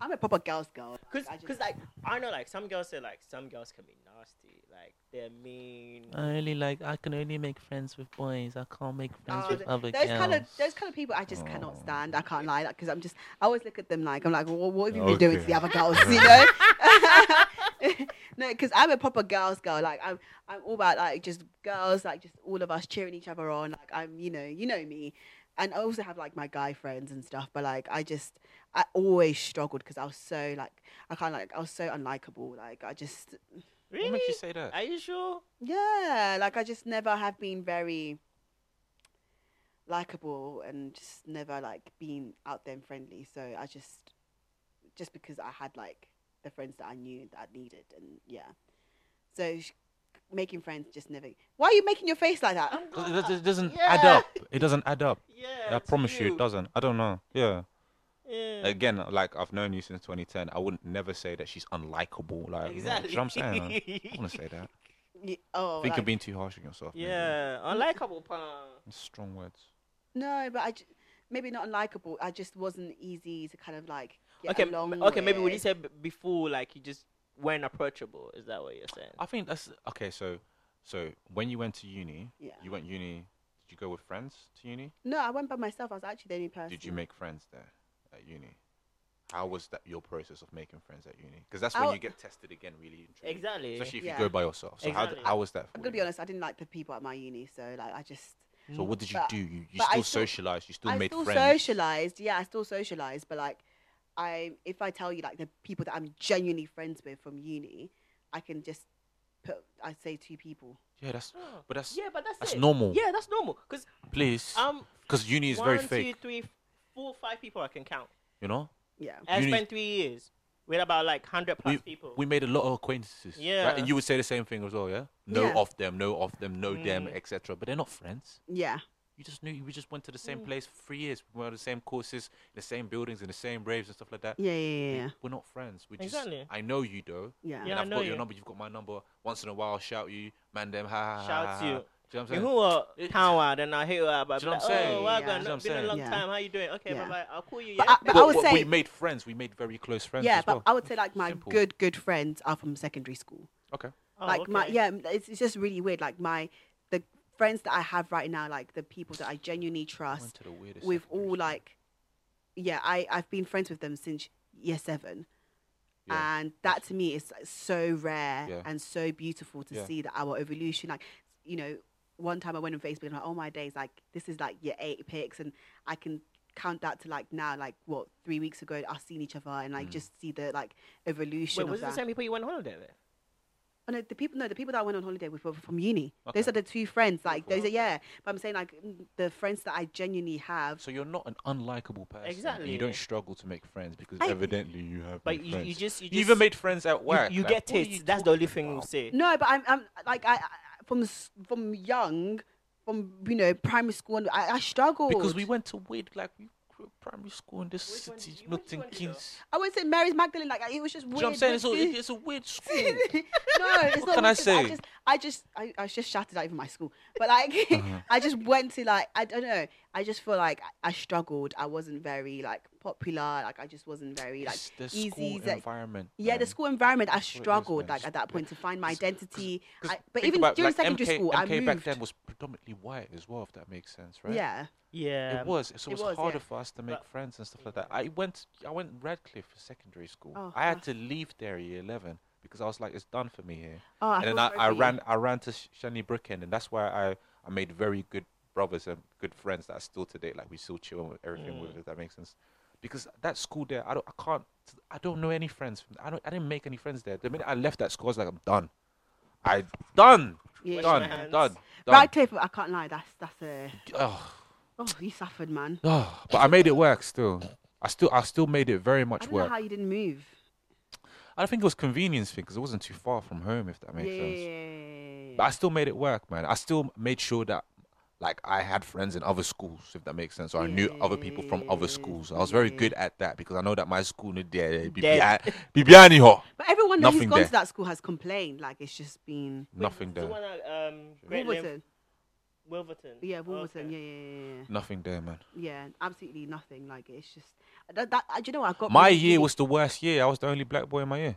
Speaker 2: I'm a proper girl's girl.
Speaker 1: cause,
Speaker 2: I just-
Speaker 1: cause like I know, like some girls say, like some girls can be nasty, like they're mean.
Speaker 3: Uh,
Speaker 4: I only like I can only make friends with boys. I can't make friends
Speaker 2: Oh,
Speaker 4: with
Speaker 2: th-
Speaker 4: other
Speaker 2: those
Speaker 4: girls.
Speaker 2: kind of those kind of people I just cannot
Speaker 3: Oh.
Speaker 2: stand. I can't lie, like because I'm just I always look at them like I'm like, well, what have you been doing to
Speaker 3: Okay.
Speaker 2: the other girls? You know? no, because I'm a proper girls girl. Like I'm I'm all about like just girls, like just all of us cheering each other on. Like I'm, you know, you know me. And I also have like my guy friends and stuff, but like I just I always struggled because I was so like I kind of like I was so unlikable. Like I just
Speaker 3: What
Speaker 1: Really?
Speaker 3: makes you say that?
Speaker 1: Are you sure?
Speaker 2: yeah, like I just never have been very likable and just never like been out there and friendly. So I just just because I had like the friends that I knew that I needed and yeah. So sh- making friends just never. Why are you making your face like that?
Speaker 3: 'Cause It, it doesn't add
Speaker 1: Yeah.
Speaker 3: up. It doesn't add up.
Speaker 1: Yeah.
Speaker 3: I
Speaker 1: it's
Speaker 3: promise you, it doesn't. I don't know. Yeah.
Speaker 1: Yeah.
Speaker 3: Again, like I've known you since 2010. I wouldn't never say that she's unlikable. Like,
Speaker 1: exactly.
Speaker 3: you know what I'm saying? I don't want to say that.
Speaker 2: Y- Oh,
Speaker 3: I think you're
Speaker 2: like-
Speaker 3: being too harsh on yourself. maybe.
Speaker 1: yeah, unlikable, pa.
Speaker 3: Strong words.
Speaker 2: no, but I j- maybe not unlikable. I just wasn't easy to kind of like get
Speaker 1: Okay,
Speaker 2: along.
Speaker 1: m- okay. Maybe
Speaker 2: with.
Speaker 1: when you said b- before, like you just weren't approachable. Is that what you're saying?
Speaker 3: I think that's okay. So, so when you went to uni,
Speaker 2: Yeah.
Speaker 3: you went uni. Did you go with friends to uni?
Speaker 2: No, I went by myself. I was actually the only person.
Speaker 3: Did you make friends there at uni? How was that your process of making friends at uni? Because that's
Speaker 2: I'll-
Speaker 3: when you get tested again, really. and truly.
Speaker 1: Exactly.
Speaker 3: Especially if
Speaker 2: Yeah.
Speaker 3: you go by yourself. So how, d-
Speaker 1: Exactly.
Speaker 3: how was that? For
Speaker 2: I'm gonna be
Speaker 3: you?
Speaker 2: honest. I didn't like the people at my uni, so like I just
Speaker 3: So what did you
Speaker 2: but-
Speaker 3: do? You, you
Speaker 2: but I
Speaker 3: still
Speaker 2: still-
Speaker 3: socialized. You still
Speaker 2: I
Speaker 3: made
Speaker 2: still
Speaker 3: friends.
Speaker 2: socialized. Yeah, I still socialized, but like I if I tell you like the people that I'm genuinely friends with from uni, I can just put I say two people.
Speaker 3: Yeah, that's
Speaker 1: Oh.
Speaker 3: but that's
Speaker 1: Yeah, but that's
Speaker 3: that's
Speaker 1: it.
Speaker 3: normal.
Speaker 1: Yeah, that's normal. Cause
Speaker 3: Please,
Speaker 1: um,
Speaker 3: because uni is very
Speaker 1: one,
Speaker 3: fake.
Speaker 1: two, three, four, five people I can count.
Speaker 3: You know,
Speaker 2: Yeah.
Speaker 1: I
Speaker 3: Uni-
Speaker 1: spent three years with about like hundred plus people.
Speaker 3: we made a lot of acquaintances.
Speaker 1: Yeah.
Speaker 3: right? and you would say the same thing as well. Yeah, no
Speaker 2: Yeah.
Speaker 3: of them, no of them, no them,
Speaker 1: Mm.
Speaker 3: etc. But they're not friends.
Speaker 2: Yeah.
Speaker 3: You just knew we just went to the same
Speaker 1: Mm.
Speaker 3: place for three years. We were on the same courses, the same buildings, and the same raves and stuff like that.
Speaker 2: Yeah, yeah, yeah. yeah.
Speaker 3: We're not friends. We just
Speaker 1: Exactly.
Speaker 3: I know you though.
Speaker 2: Yeah.
Speaker 1: Yeah.
Speaker 3: and
Speaker 1: I
Speaker 3: I've
Speaker 1: know
Speaker 3: got your
Speaker 1: you.
Speaker 3: number. You've got my number. Once in a while, I'll shout you, man. Them ha ha ha.
Speaker 1: Shout
Speaker 3: ha, ha,
Speaker 1: you.
Speaker 3: ha. Do you know what I'm
Speaker 1: You
Speaker 3: saying?
Speaker 1: who are
Speaker 3: It-
Speaker 1: power, then I hit her up. I'll
Speaker 3: Do
Speaker 1: be like,
Speaker 3: you know what I'm saying?
Speaker 1: Oh, well
Speaker 2: Yeah.
Speaker 1: done.
Speaker 3: Do you know what
Speaker 1: been
Speaker 3: I'm
Speaker 1: a
Speaker 3: saying?
Speaker 1: long
Speaker 2: Yeah.
Speaker 1: time. How you doing? Okay,
Speaker 2: Yeah.
Speaker 1: bye bye. I'll call you.
Speaker 2: But
Speaker 1: yeah?
Speaker 2: I- but I would
Speaker 3: but
Speaker 2: say
Speaker 3: we made friends. We made very close friends.
Speaker 2: yeah,
Speaker 3: as
Speaker 2: but
Speaker 3: well.
Speaker 2: I would say like my
Speaker 3: Simple.
Speaker 2: good good friends are from secondary school.
Speaker 3: Okay.
Speaker 1: Oh,
Speaker 2: like my
Speaker 1: okay.
Speaker 2: yeah m- it's, it's just really weird like my the friends that i have right now like the people that i genuinely
Speaker 3: I went
Speaker 2: trust
Speaker 3: to the weirdest
Speaker 2: we've
Speaker 3: secondary
Speaker 2: all
Speaker 3: school.
Speaker 2: like yeah i i've been friends with them since year seven
Speaker 3: Yeah.
Speaker 2: and that to me is like, so rare
Speaker 3: Yeah.
Speaker 2: and so beautiful to
Speaker 3: Yeah.
Speaker 2: see that our evolution like you know one time i went on facebook and like oh my days like this is like year eight pics and i can count that to like now like what three weeks ago us seeing each other and like
Speaker 3: Mm.
Speaker 2: just see the like evolution
Speaker 1: Wait,
Speaker 2: of
Speaker 1: was it
Speaker 2: that.
Speaker 1: the same people you went on holiday with?
Speaker 2: Oh, no, the people, no, the people that I went on holiday with were from uni. Those
Speaker 3: Okay.
Speaker 2: are the two friends. Like
Speaker 3: Beautiful.
Speaker 2: those are yeah. But I'm saying like mm, the friends that I genuinely have.
Speaker 3: So you're not an unlikable person. and You
Speaker 1: Exactly.
Speaker 3: don't struggle to make friends because
Speaker 2: I-
Speaker 3: evidently you have.
Speaker 1: But
Speaker 3: made
Speaker 1: you,
Speaker 3: friends.
Speaker 1: you just you
Speaker 3: You
Speaker 1: just-
Speaker 3: even made friends at
Speaker 1: you-
Speaker 3: work.
Speaker 1: You,
Speaker 3: like,
Speaker 1: get
Speaker 3: what are you
Speaker 1: it. That's the
Speaker 3: talking
Speaker 1: only thing we'll
Speaker 3: about?
Speaker 1: say.
Speaker 2: No, but I'm, I'm like I, I from s- from young from you know primary school, and I, I struggled
Speaker 4: Because we went to Wade, like we grew up primary school in this
Speaker 1: Which one
Speaker 4: city,
Speaker 1: did you- which
Speaker 4: Milton
Speaker 1: one did you go?
Speaker 4: Keynes.
Speaker 2: I went to Mary's Magdalene, like it was just
Speaker 4: Do you
Speaker 2: weird.
Speaker 4: know what I'm saying?
Speaker 2: weird
Speaker 4: It's, all,
Speaker 2: things.
Speaker 4: it's a weird school.
Speaker 2: no, it's
Speaker 4: What
Speaker 2: not.
Speaker 4: can
Speaker 2: I
Speaker 4: I
Speaker 2: I
Speaker 4: say?
Speaker 2: just, I just, I, I just shouted out even my school. But like,
Speaker 4: Uh-huh.
Speaker 2: I just went to like, I don't know. I just feel like I, I struggled. I wasn't very like popular. Like I just wasn't very like
Speaker 4: It's um, the
Speaker 2: easy.
Speaker 4: school
Speaker 2: like-
Speaker 4: environment.
Speaker 2: yeah, the
Speaker 4: man.
Speaker 2: school environment. I
Speaker 4: what it is,
Speaker 2: struggled
Speaker 4: man.
Speaker 2: like at that point to find my
Speaker 4: It's- 'cause-
Speaker 2: identity.
Speaker 3: 'cause
Speaker 2: I, but
Speaker 3: think
Speaker 2: even
Speaker 3: about,
Speaker 2: during
Speaker 3: like,
Speaker 2: secondary
Speaker 3: MK
Speaker 2: school, I
Speaker 3: MK
Speaker 2: moved.
Speaker 3: back then was predominantly white as well, if that makes sense, right?
Speaker 2: Yeah,
Speaker 1: Yeah.
Speaker 4: It was. So
Speaker 2: Um, It
Speaker 4: it was,
Speaker 2: was,
Speaker 4: harder
Speaker 2: yeah.
Speaker 4: for us to make
Speaker 1: But-
Speaker 4: friends and stuff like that. I went. I went Radcliffe for secondary school.
Speaker 2: Oh,
Speaker 4: I had
Speaker 2: wow.
Speaker 4: to leave there year eleven because I was like, it's done for me here.
Speaker 2: oh, I
Speaker 4: and then
Speaker 2: feel
Speaker 4: I,
Speaker 2: sorry
Speaker 4: I
Speaker 2: for you.
Speaker 4: ran. I ran to Sh- Shanley Brookend, and that's where I
Speaker 3: I made very good brothers and good friends that are still today. Like we still chill with everything
Speaker 2: Mm.
Speaker 3: with. If that makes sense, because that school there, I don't, I can't, I don't know any friends. From, I don't, I didn't make any friends there. The minute I left that school, I was like, I'm done. I done,
Speaker 2: Yeah.
Speaker 1: Wash my
Speaker 3: done,
Speaker 1: hands.
Speaker 3: done, done.
Speaker 2: Radcliffe, I can't lie. That's that's a.
Speaker 3: Ugh.
Speaker 2: Oh, you suffered, man.
Speaker 3: Ugh. Ah, but I made it work. Still, I still, I still made it very
Speaker 2: I
Speaker 3: much
Speaker 2: don't know
Speaker 3: work.
Speaker 2: how you didn't move.
Speaker 3: I think it was convenience thing because it wasn't too far from home. If that
Speaker 2: Yeah.
Speaker 3: makes sense. But I still made it work, man. I still made sure that like I had friends in other schools, if that makes sense. So I knew other people from other
Speaker 2: Yeah,
Speaker 3: schools. I was very
Speaker 2: yeah.
Speaker 3: good at that because I know that my school knew there be
Speaker 1: Dead.
Speaker 3: behind- be behind you all.
Speaker 2: But everyone that who's
Speaker 3: Nothing
Speaker 2: gone
Speaker 3: there.
Speaker 2: to that school has complained. Like it's just been
Speaker 1: Wait,
Speaker 3: Nothing
Speaker 1: the
Speaker 3: there.
Speaker 1: one at, um, Great Wolverton.
Speaker 2: Wolverton.
Speaker 1: Wilverton. Oh,
Speaker 2: Yeah, Wolverton.
Speaker 1: Okay.
Speaker 2: Yeah,
Speaker 3: Nothing there, man.
Speaker 2: yeah, yeah, yeah. Yeah, absolutely nothing. Like it's just that. that I- do you know what I got?
Speaker 3: My
Speaker 2: really-
Speaker 3: year was the worst year. I was the only black boy in my year.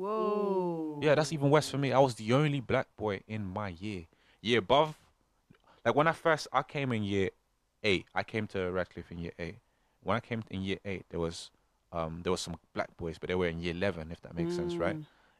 Speaker 2: Whoa.
Speaker 3: Yeah, that's even worse for me. I was the only black boy in my year. Year above, like when I first I came in year eight. I came to Radcliffe in year eight. When I came in year eight, there was um there was some black boys, but they were in year eleven, if that makes sense, right?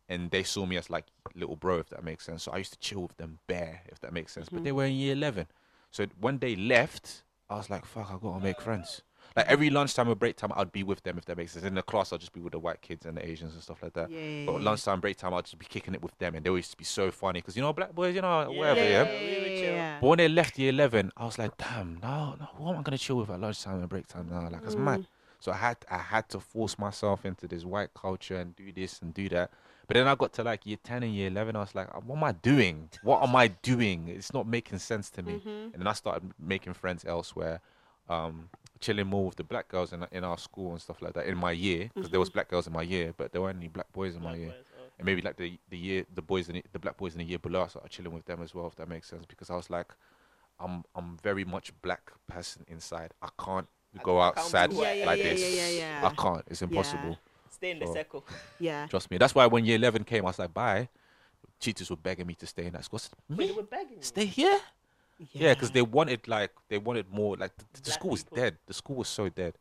Speaker 3: And they saw me as like little bro, if that makes sense. So I used to chill with them bare, if that makes sense. But they were in year eleven. So when they left, I was like, fuck, I gotta make friends. Like every lunchtime or break time, I'd be with them if that makes sense. In the class, I'd just be with the white kids and the Asians and stuff like that.
Speaker 2: Yeah.
Speaker 3: But lunchtime, break time, I'll just be kicking it with them, and they always be so funny because you know black boys, you know whatever. Yeah.
Speaker 1: Yeah. We were chill.
Speaker 2: Yeah.
Speaker 3: But when they left year eleven, I was like, damn, no, no, who am I gonna chill with at lunchtime and break time now? Like it's mad. So I had I had to force myself into this white culture and do this and do that. But then I got to like year ten and year eleven, I was like, what am I doing? What am I doing? It's not making sense to me.
Speaker 2: Mm-hmm.
Speaker 3: And then I started making friends elsewhere. Um, chilling more with the black girls in, in our school and stuff like that in my year because there was black girls in my year but there weren't any black boys in my year
Speaker 1: Likewise, okay.
Speaker 3: and maybe like the the year the boys in the, the black boys in the year below, I started chilling with them as well, if that makes sense. Because I was like, I'm I'm very much black person inside. I can't go
Speaker 1: I can't
Speaker 3: outside
Speaker 1: do it. Yeah, yeah,
Speaker 3: like
Speaker 1: yeah,
Speaker 3: this.
Speaker 2: yeah, yeah, yeah.
Speaker 3: I can't. It's impossible.
Speaker 1: Stay in the
Speaker 3: So-
Speaker 1: circle.
Speaker 2: Yeah.
Speaker 3: Trust me. That's why when year eleven came, I was like, bye. Teachers were begging me to stay in that school. I said,
Speaker 1: Wait,
Speaker 3: "Me?
Speaker 1: they were begging you.
Speaker 3: Stay here? Yeah, because they wanted like they wanted more. Like the, the
Speaker 1: Black
Speaker 3: school was
Speaker 1: people.
Speaker 3: dead. The school was so dead.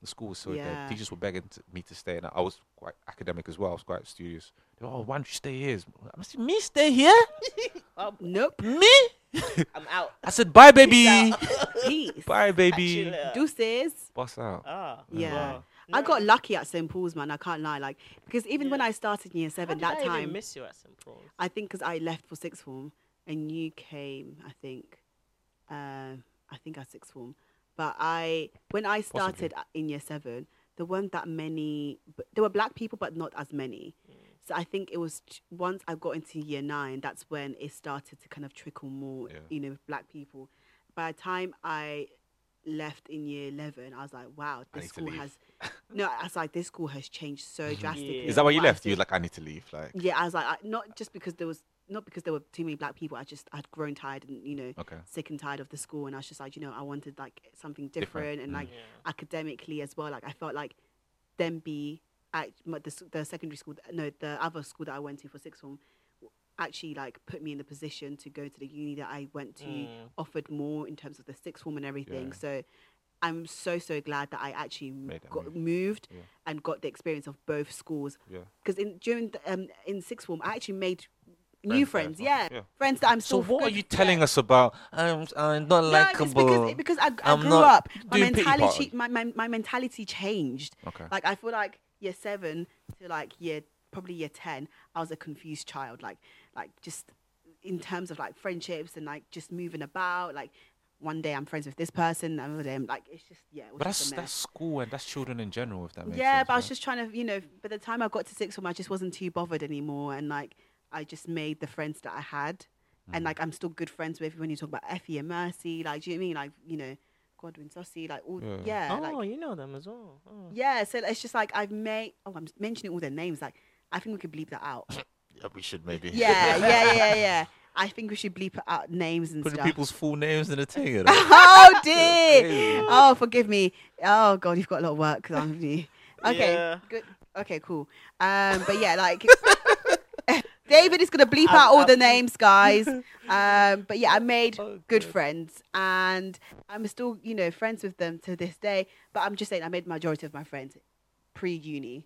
Speaker 3: The school was so
Speaker 2: Yeah.
Speaker 3: dead. Teachers were begging to, me to stay, and I was quite academic as well. I was quite studious. They were, oh, why don't you stay here? I said, me stay here?
Speaker 2: Nope.
Speaker 3: Me?
Speaker 1: Oh, I'm out.
Speaker 3: I said, bye, baby.
Speaker 2: Peace.
Speaker 3: bye, baby.
Speaker 1: Chill out.
Speaker 2: Deuces.
Speaker 3: Bust
Speaker 2: Oh,
Speaker 3: out.
Speaker 1: Ah.
Speaker 2: Yeah.
Speaker 1: wow.
Speaker 2: I
Speaker 1: No,
Speaker 2: got lucky at St Paul's, man. I can't lie. Like because even when I started in year
Speaker 1: how
Speaker 2: seven,
Speaker 1: did
Speaker 2: that
Speaker 1: I even
Speaker 2: time
Speaker 1: miss you at St Paul's.
Speaker 2: I think because I left for sixth form and you came, I think, uh, I think I was sixth form. But I, when I started a- in year seven, there weren't that many. b- There were black people, but not as many.
Speaker 3: Mm.
Speaker 2: So I think it was t- once I got into year nine, that's when it started to kind of trickle more,
Speaker 3: Yeah.
Speaker 2: you know, black people. By the time I left in year eleven, I was like, wow,
Speaker 3: I
Speaker 2: this
Speaker 3: need to
Speaker 2: school
Speaker 3: leave. Mm-hmm.
Speaker 2: has. No, I was like, this school has changed so drastically.
Speaker 1: Is
Speaker 3: Is that why you
Speaker 2: What I
Speaker 3: left?
Speaker 2: did-
Speaker 3: You were like, I need to leave. Like,
Speaker 2: yeah, I was like, I, not just because there was not because there were too many black people. I just I'd grown tired and you know
Speaker 3: okay.
Speaker 2: sick and tired of the school, and I was just like, you know, I wanted like something different,
Speaker 3: Different,
Speaker 2: and
Speaker 3: mm.
Speaker 2: like
Speaker 1: Yeah.
Speaker 2: academically as well. Like I felt like then be at my- the, s- the secondary school, no, the other school that I went to for sixth form w- actually like put me in the position to go to the uni that I went to,
Speaker 1: Mm.
Speaker 2: offered more in terms of the sixth form and everything.
Speaker 3: Yeah.
Speaker 2: So I'm so so glad that I actually m-
Speaker 3: Made that
Speaker 2: got
Speaker 3: move.
Speaker 2: moved
Speaker 3: Yeah.
Speaker 2: and got the experience of both schools
Speaker 3: Yeah.
Speaker 2: because in during the, um in sixth form I actually made new friends,
Speaker 3: Friends there as
Speaker 2: yeah,
Speaker 3: well. Yeah.
Speaker 2: friends that I'm still.
Speaker 4: So what are
Speaker 2: good-
Speaker 4: you
Speaker 2: yeah.
Speaker 4: telling us about? I'm, I'm not
Speaker 2: No, it's
Speaker 4: likable.
Speaker 2: because, because I, I
Speaker 4: I'm
Speaker 2: grew
Speaker 4: not
Speaker 2: up. My
Speaker 4: doing pity
Speaker 2: mentality,
Speaker 4: party.
Speaker 2: my, my, my mentality changed.
Speaker 3: Okay.
Speaker 2: Like I feel like year seven to like year probably year ten, I was a confused child. Like like just in terms of like friendships and like just moving about. Like one day I'm friends with this person, another day I'm like it's just yeah. It was
Speaker 3: But
Speaker 2: just
Speaker 3: that's
Speaker 2: a
Speaker 3: that's
Speaker 2: mess.
Speaker 3: school and that's children in general, if that makes
Speaker 2: yeah,
Speaker 3: sense.
Speaker 2: but I was just trying to you know. By the time I got to sixth form, I just wasn't too bothered anymore, and like I just made the friends that I had. and
Speaker 3: Mm.
Speaker 2: like I'm still good friends with when you talk about Effie and Mercy, like do you know what I mean? Like you know, Godwin Sussy, like all
Speaker 3: Yeah.
Speaker 2: yeah,
Speaker 1: Oh,
Speaker 2: like
Speaker 1: you know them as well. Oh.
Speaker 2: yeah. So it's just like I've made. Oh, I'm mentioning all their names. Like I think we could bleep that out.
Speaker 3: Yeah, we should maybe.
Speaker 2: yeah, yeah, yeah, yeah. I think we should bleep out names and
Speaker 3: Putting
Speaker 2: stuff.
Speaker 3: people's full names in a thing. you know?
Speaker 2: oh dear.
Speaker 3: Crazy.
Speaker 2: Oh, forgive me. Oh God, you've got a lot of work, haven't you? Okay,
Speaker 1: Yeah.
Speaker 2: good. Okay, cool. Um, but yeah, like David is gonna bleep
Speaker 1: I'm-
Speaker 2: out all the
Speaker 1: I'm-
Speaker 2: names, guys. Um, but yeah, I made
Speaker 1: Oh,
Speaker 2: good
Speaker 1: God.
Speaker 2: friends, and I'm still, you know, friends with them to this day. But I'm just saying, I made majority of my friends pre-uni.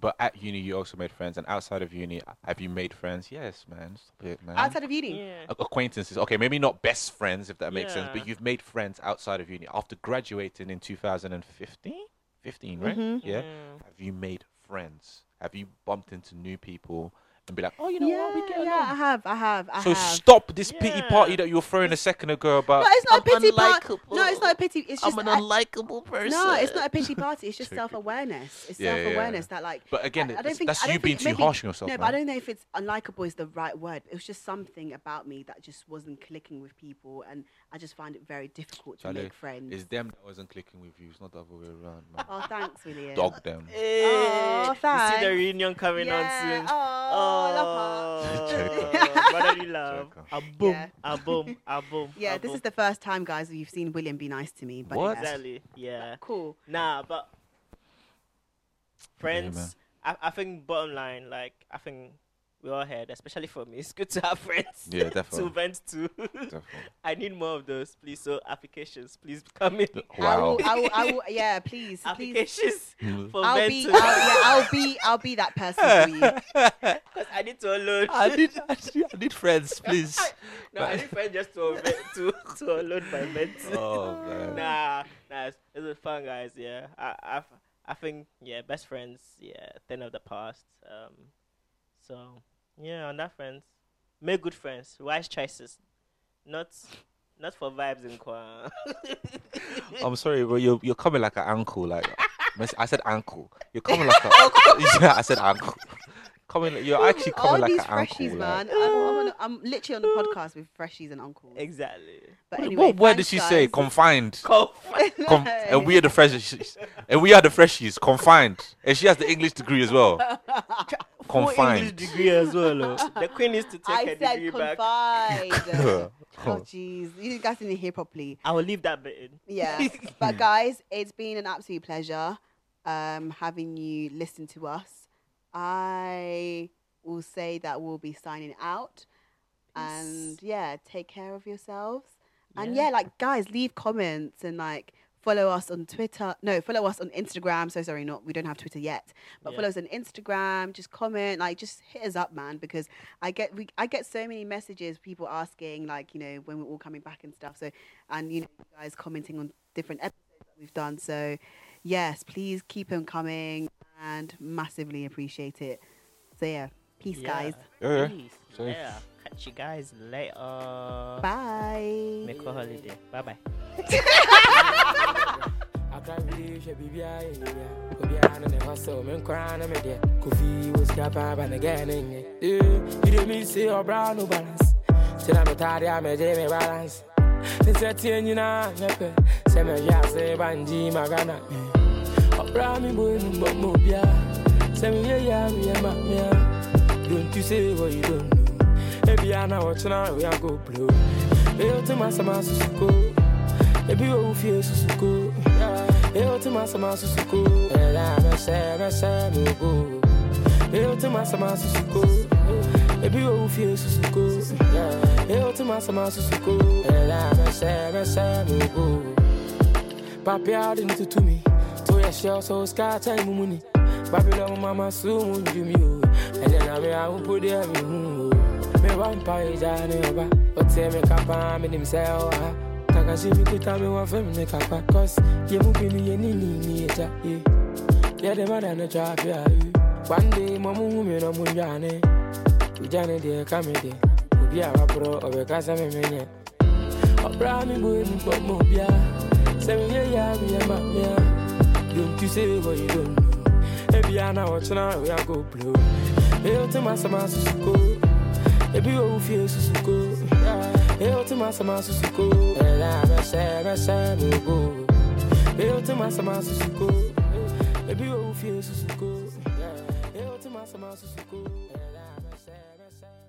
Speaker 3: But at uni, you also made friends, and outside of uni, have you made friends? Yes, man. Stop it, man.
Speaker 2: Outside of uni,
Speaker 1: Yeah. Mm.
Speaker 3: A- acquaintances. Okay, maybe not best friends, if that makes sense.
Speaker 1: Yeah.
Speaker 3: But you've made friends outside of uni after graduating in 2015. 15, right?
Speaker 2: Mhm.
Speaker 3: Yeah.
Speaker 1: Mm.
Speaker 3: Have you made friends? Have you bumped into new people and be like, oh, you know what, we
Speaker 2: yeah, I
Speaker 3: get along.
Speaker 2: have, I have, I
Speaker 3: So
Speaker 2: have.
Speaker 3: stop this pity party
Speaker 1: Yeah.
Speaker 3: that you were throwing a second ago about.
Speaker 2: no, it's not
Speaker 4: I'm
Speaker 2: a pity party.
Speaker 4: unlikable.
Speaker 2: No, it's not a pity. It's just
Speaker 4: I'm an
Speaker 2: I-
Speaker 4: unlikable person.
Speaker 2: no, it's not a pity party. It's just
Speaker 3: Joking.
Speaker 2: self awareness. It's
Speaker 3: Yeah, yeah, yeah.
Speaker 2: self awareness that like.
Speaker 3: But again,
Speaker 2: I- I don't
Speaker 3: that's,
Speaker 2: think-
Speaker 3: that's
Speaker 2: I don't
Speaker 3: you being
Speaker 2: think
Speaker 3: too
Speaker 2: maybe-
Speaker 3: harsh on yourself.
Speaker 2: No, but
Speaker 3: man.
Speaker 2: I don't know if it's unlikable is the right word. It was just something about me that just wasn't clicking with people, and I just find it very difficult to
Speaker 3: Charlie,
Speaker 2: make friends.
Speaker 3: It's them that wasn't clicking with you. It's not the other way around, man.
Speaker 2: Oh, thanks, William.
Speaker 3: Dog them.
Speaker 2: Oh,
Speaker 1: Hey, You see
Speaker 2: thanks.
Speaker 1: the reunion coming
Speaker 2: yeah.
Speaker 1: on soon.
Speaker 2: Oh, love her.
Speaker 3: Joker.
Speaker 1: Oh, brotherly love.
Speaker 3: Joker.
Speaker 1: A boom,
Speaker 2: Yeah.
Speaker 1: a boom, a boom.
Speaker 2: yeah,
Speaker 1: a
Speaker 2: this
Speaker 1: boom.
Speaker 2: is the first time, guys, you've seen William be nice to me. But
Speaker 3: What?
Speaker 2: yeah.
Speaker 1: exactly. Yeah.
Speaker 2: Cool.
Speaker 1: Nah, but
Speaker 3: man.
Speaker 1: friends. I, I think bottom line, like I think we all had, especially for me, it's good to have friends.
Speaker 3: Yeah,
Speaker 1: to
Speaker 3: definitely.
Speaker 1: vent to.
Speaker 3: definitely.
Speaker 1: I need more of those, please. So applications, please come in.
Speaker 3: Wow.
Speaker 2: I will, I will, I will, yeah, please, please.
Speaker 1: applications
Speaker 3: Mm.
Speaker 1: for
Speaker 2: I'll
Speaker 1: vent
Speaker 2: be,
Speaker 1: to.
Speaker 2: I'll, yeah, I'll be, I'll be that person for you.
Speaker 1: Because I need to unload.
Speaker 4: I need, I need, I need friends, please.
Speaker 1: no, I need friends just to vent to to unload my vent.
Speaker 3: Oh, man.
Speaker 1: Nah, nah, it's, it was fun, guys. Yeah, I, I, I think yeah, best friends. Yeah, thing of the past. Um, so yeah, on that friends, make good friends, wise choices, not not for vibes and qua.
Speaker 3: I'm sorry, but you're you're coming like an uncle. Like miss- I said, uncle. You're coming like an uncle. yeah, I said uncle. Coming, like- you're actually coming
Speaker 2: All
Speaker 3: like
Speaker 2: these
Speaker 3: an uncle.
Speaker 2: freshies,
Speaker 3: like-
Speaker 2: man. I'm, I'm, on a, I'm literally on a podcast with freshies and uncles.
Speaker 1: exactly.
Speaker 2: But
Speaker 3: What-
Speaker 2: anyway,
Speaker 3: what word did she
Speaker 2: thanks,
Speaker 3: say?
Speaker 2: guys.
Speaker 3: Confined.
Speaker 1: Confi-
Speaker 3: Com- and we are the freshies. And we are the freshies. Confined. And she has the English degree as well.
Speaker 1: full English
Speaker 3: Confined.
Speaker 1: degree as well. oh. the queen needs to take
Speaker 2: I
Speaker 1: her degree
Speaker 2: said
Speaker 1: back.
Speaker 2: confide. oh jeez, you guys didn't hear properly.
Speaker 1: I will leave that bit in.
Speaker 2: Yeah, but guys, it's been an absolute pleasure um, having you listen to us. I will say that we'll be signing out, and yeah, take care of yourselves. And
Speaker 1: Yeah.
Speaker 2: yeah, like guys, leave comments and like follow us on Twitter. No, follow us on Instagram. So sorry, not we don't have Twitter yet, but
Speaker 1: Yeah.
Speaker 2: follow us on Instagram. Just comment, like just hit us up, man, because I get we I get so many messages, people asking like you know when we're all coming back and stuff. So and you know you guys commenting on different episodes that we've done. So yes, please keep them coming and massively appreciate it. So yeah, peace,
Speaker 1: Yeah.
Speaker 2: guys.
Speaker 3: Yeah, yeah.
Speaker 1: Peace.
Speaker 3: Sorry.
Speaker 1: Yeah. Catch you guys later. Bye.
Speaker 2: Bye.
Speaker 1: Make a holiday. Bye bye.
Speaker 5: I can't believe she be behind me. Go behind and never saw me crying. I'm there. Coffee was capable and again. Yeah, you didn't mean say your brown no balance. Till I'm tired, I'm a Jamie balance. Since you're ten, you know, never. Say me just say banji magana. Obra mi boy no mo bia. Say me yeah yeah me yeah ma yeah. Don't you say what you don't know. Ebi ana watch now we are go blow. Eyo to my sama susuko. Ebi wo fie susuko. Eyo ti ma sama susuko. Ẹ̀rá mẹ́sẹ̀ mẹ́sẹ̀ mi ògo. Eyo ti ma sama susuko. Ebi wo fie susuko. Eyo ti ma sama susuko. Ẹ̀rá mẹ́sẹ̀ mẹ́sẹ̀ mi ògo. Papi out into to me. To your shell, so sky time money. Babylon, mama, soon you me. oh. And then I may I will put there me. oh. Me one pie, Johnny, Oba. But say me kapa, me himself. Kakashi, me kuta, me one fem, me kapa. Cause ye mupini, ye nini, ni eja, ye. Yeah, the mother no trap, yeah. One day, mama, me no munjane. Ujane, dear, come here. Ubia, rapro, obekasa, me menye. Obra mi boy mi pop mo bia. Say me yeah yeah me yeah ma me yeah. Don't you say what you don't know. Ebi ana watch now we a go blow. Eyo to my sama susuko. ebi owu fie susuko eyo ti ma sama susuko ẹ̀rẹ́ abẹ́sẹ̀ abẹ́sẹ̀ mi ò go eyo ti ma sama susuko ebi owu fie susuko eyo ti ma sama susuko ẹ̀rẹ́ abẹ́sẹ̀ abẹ́sẹ̀.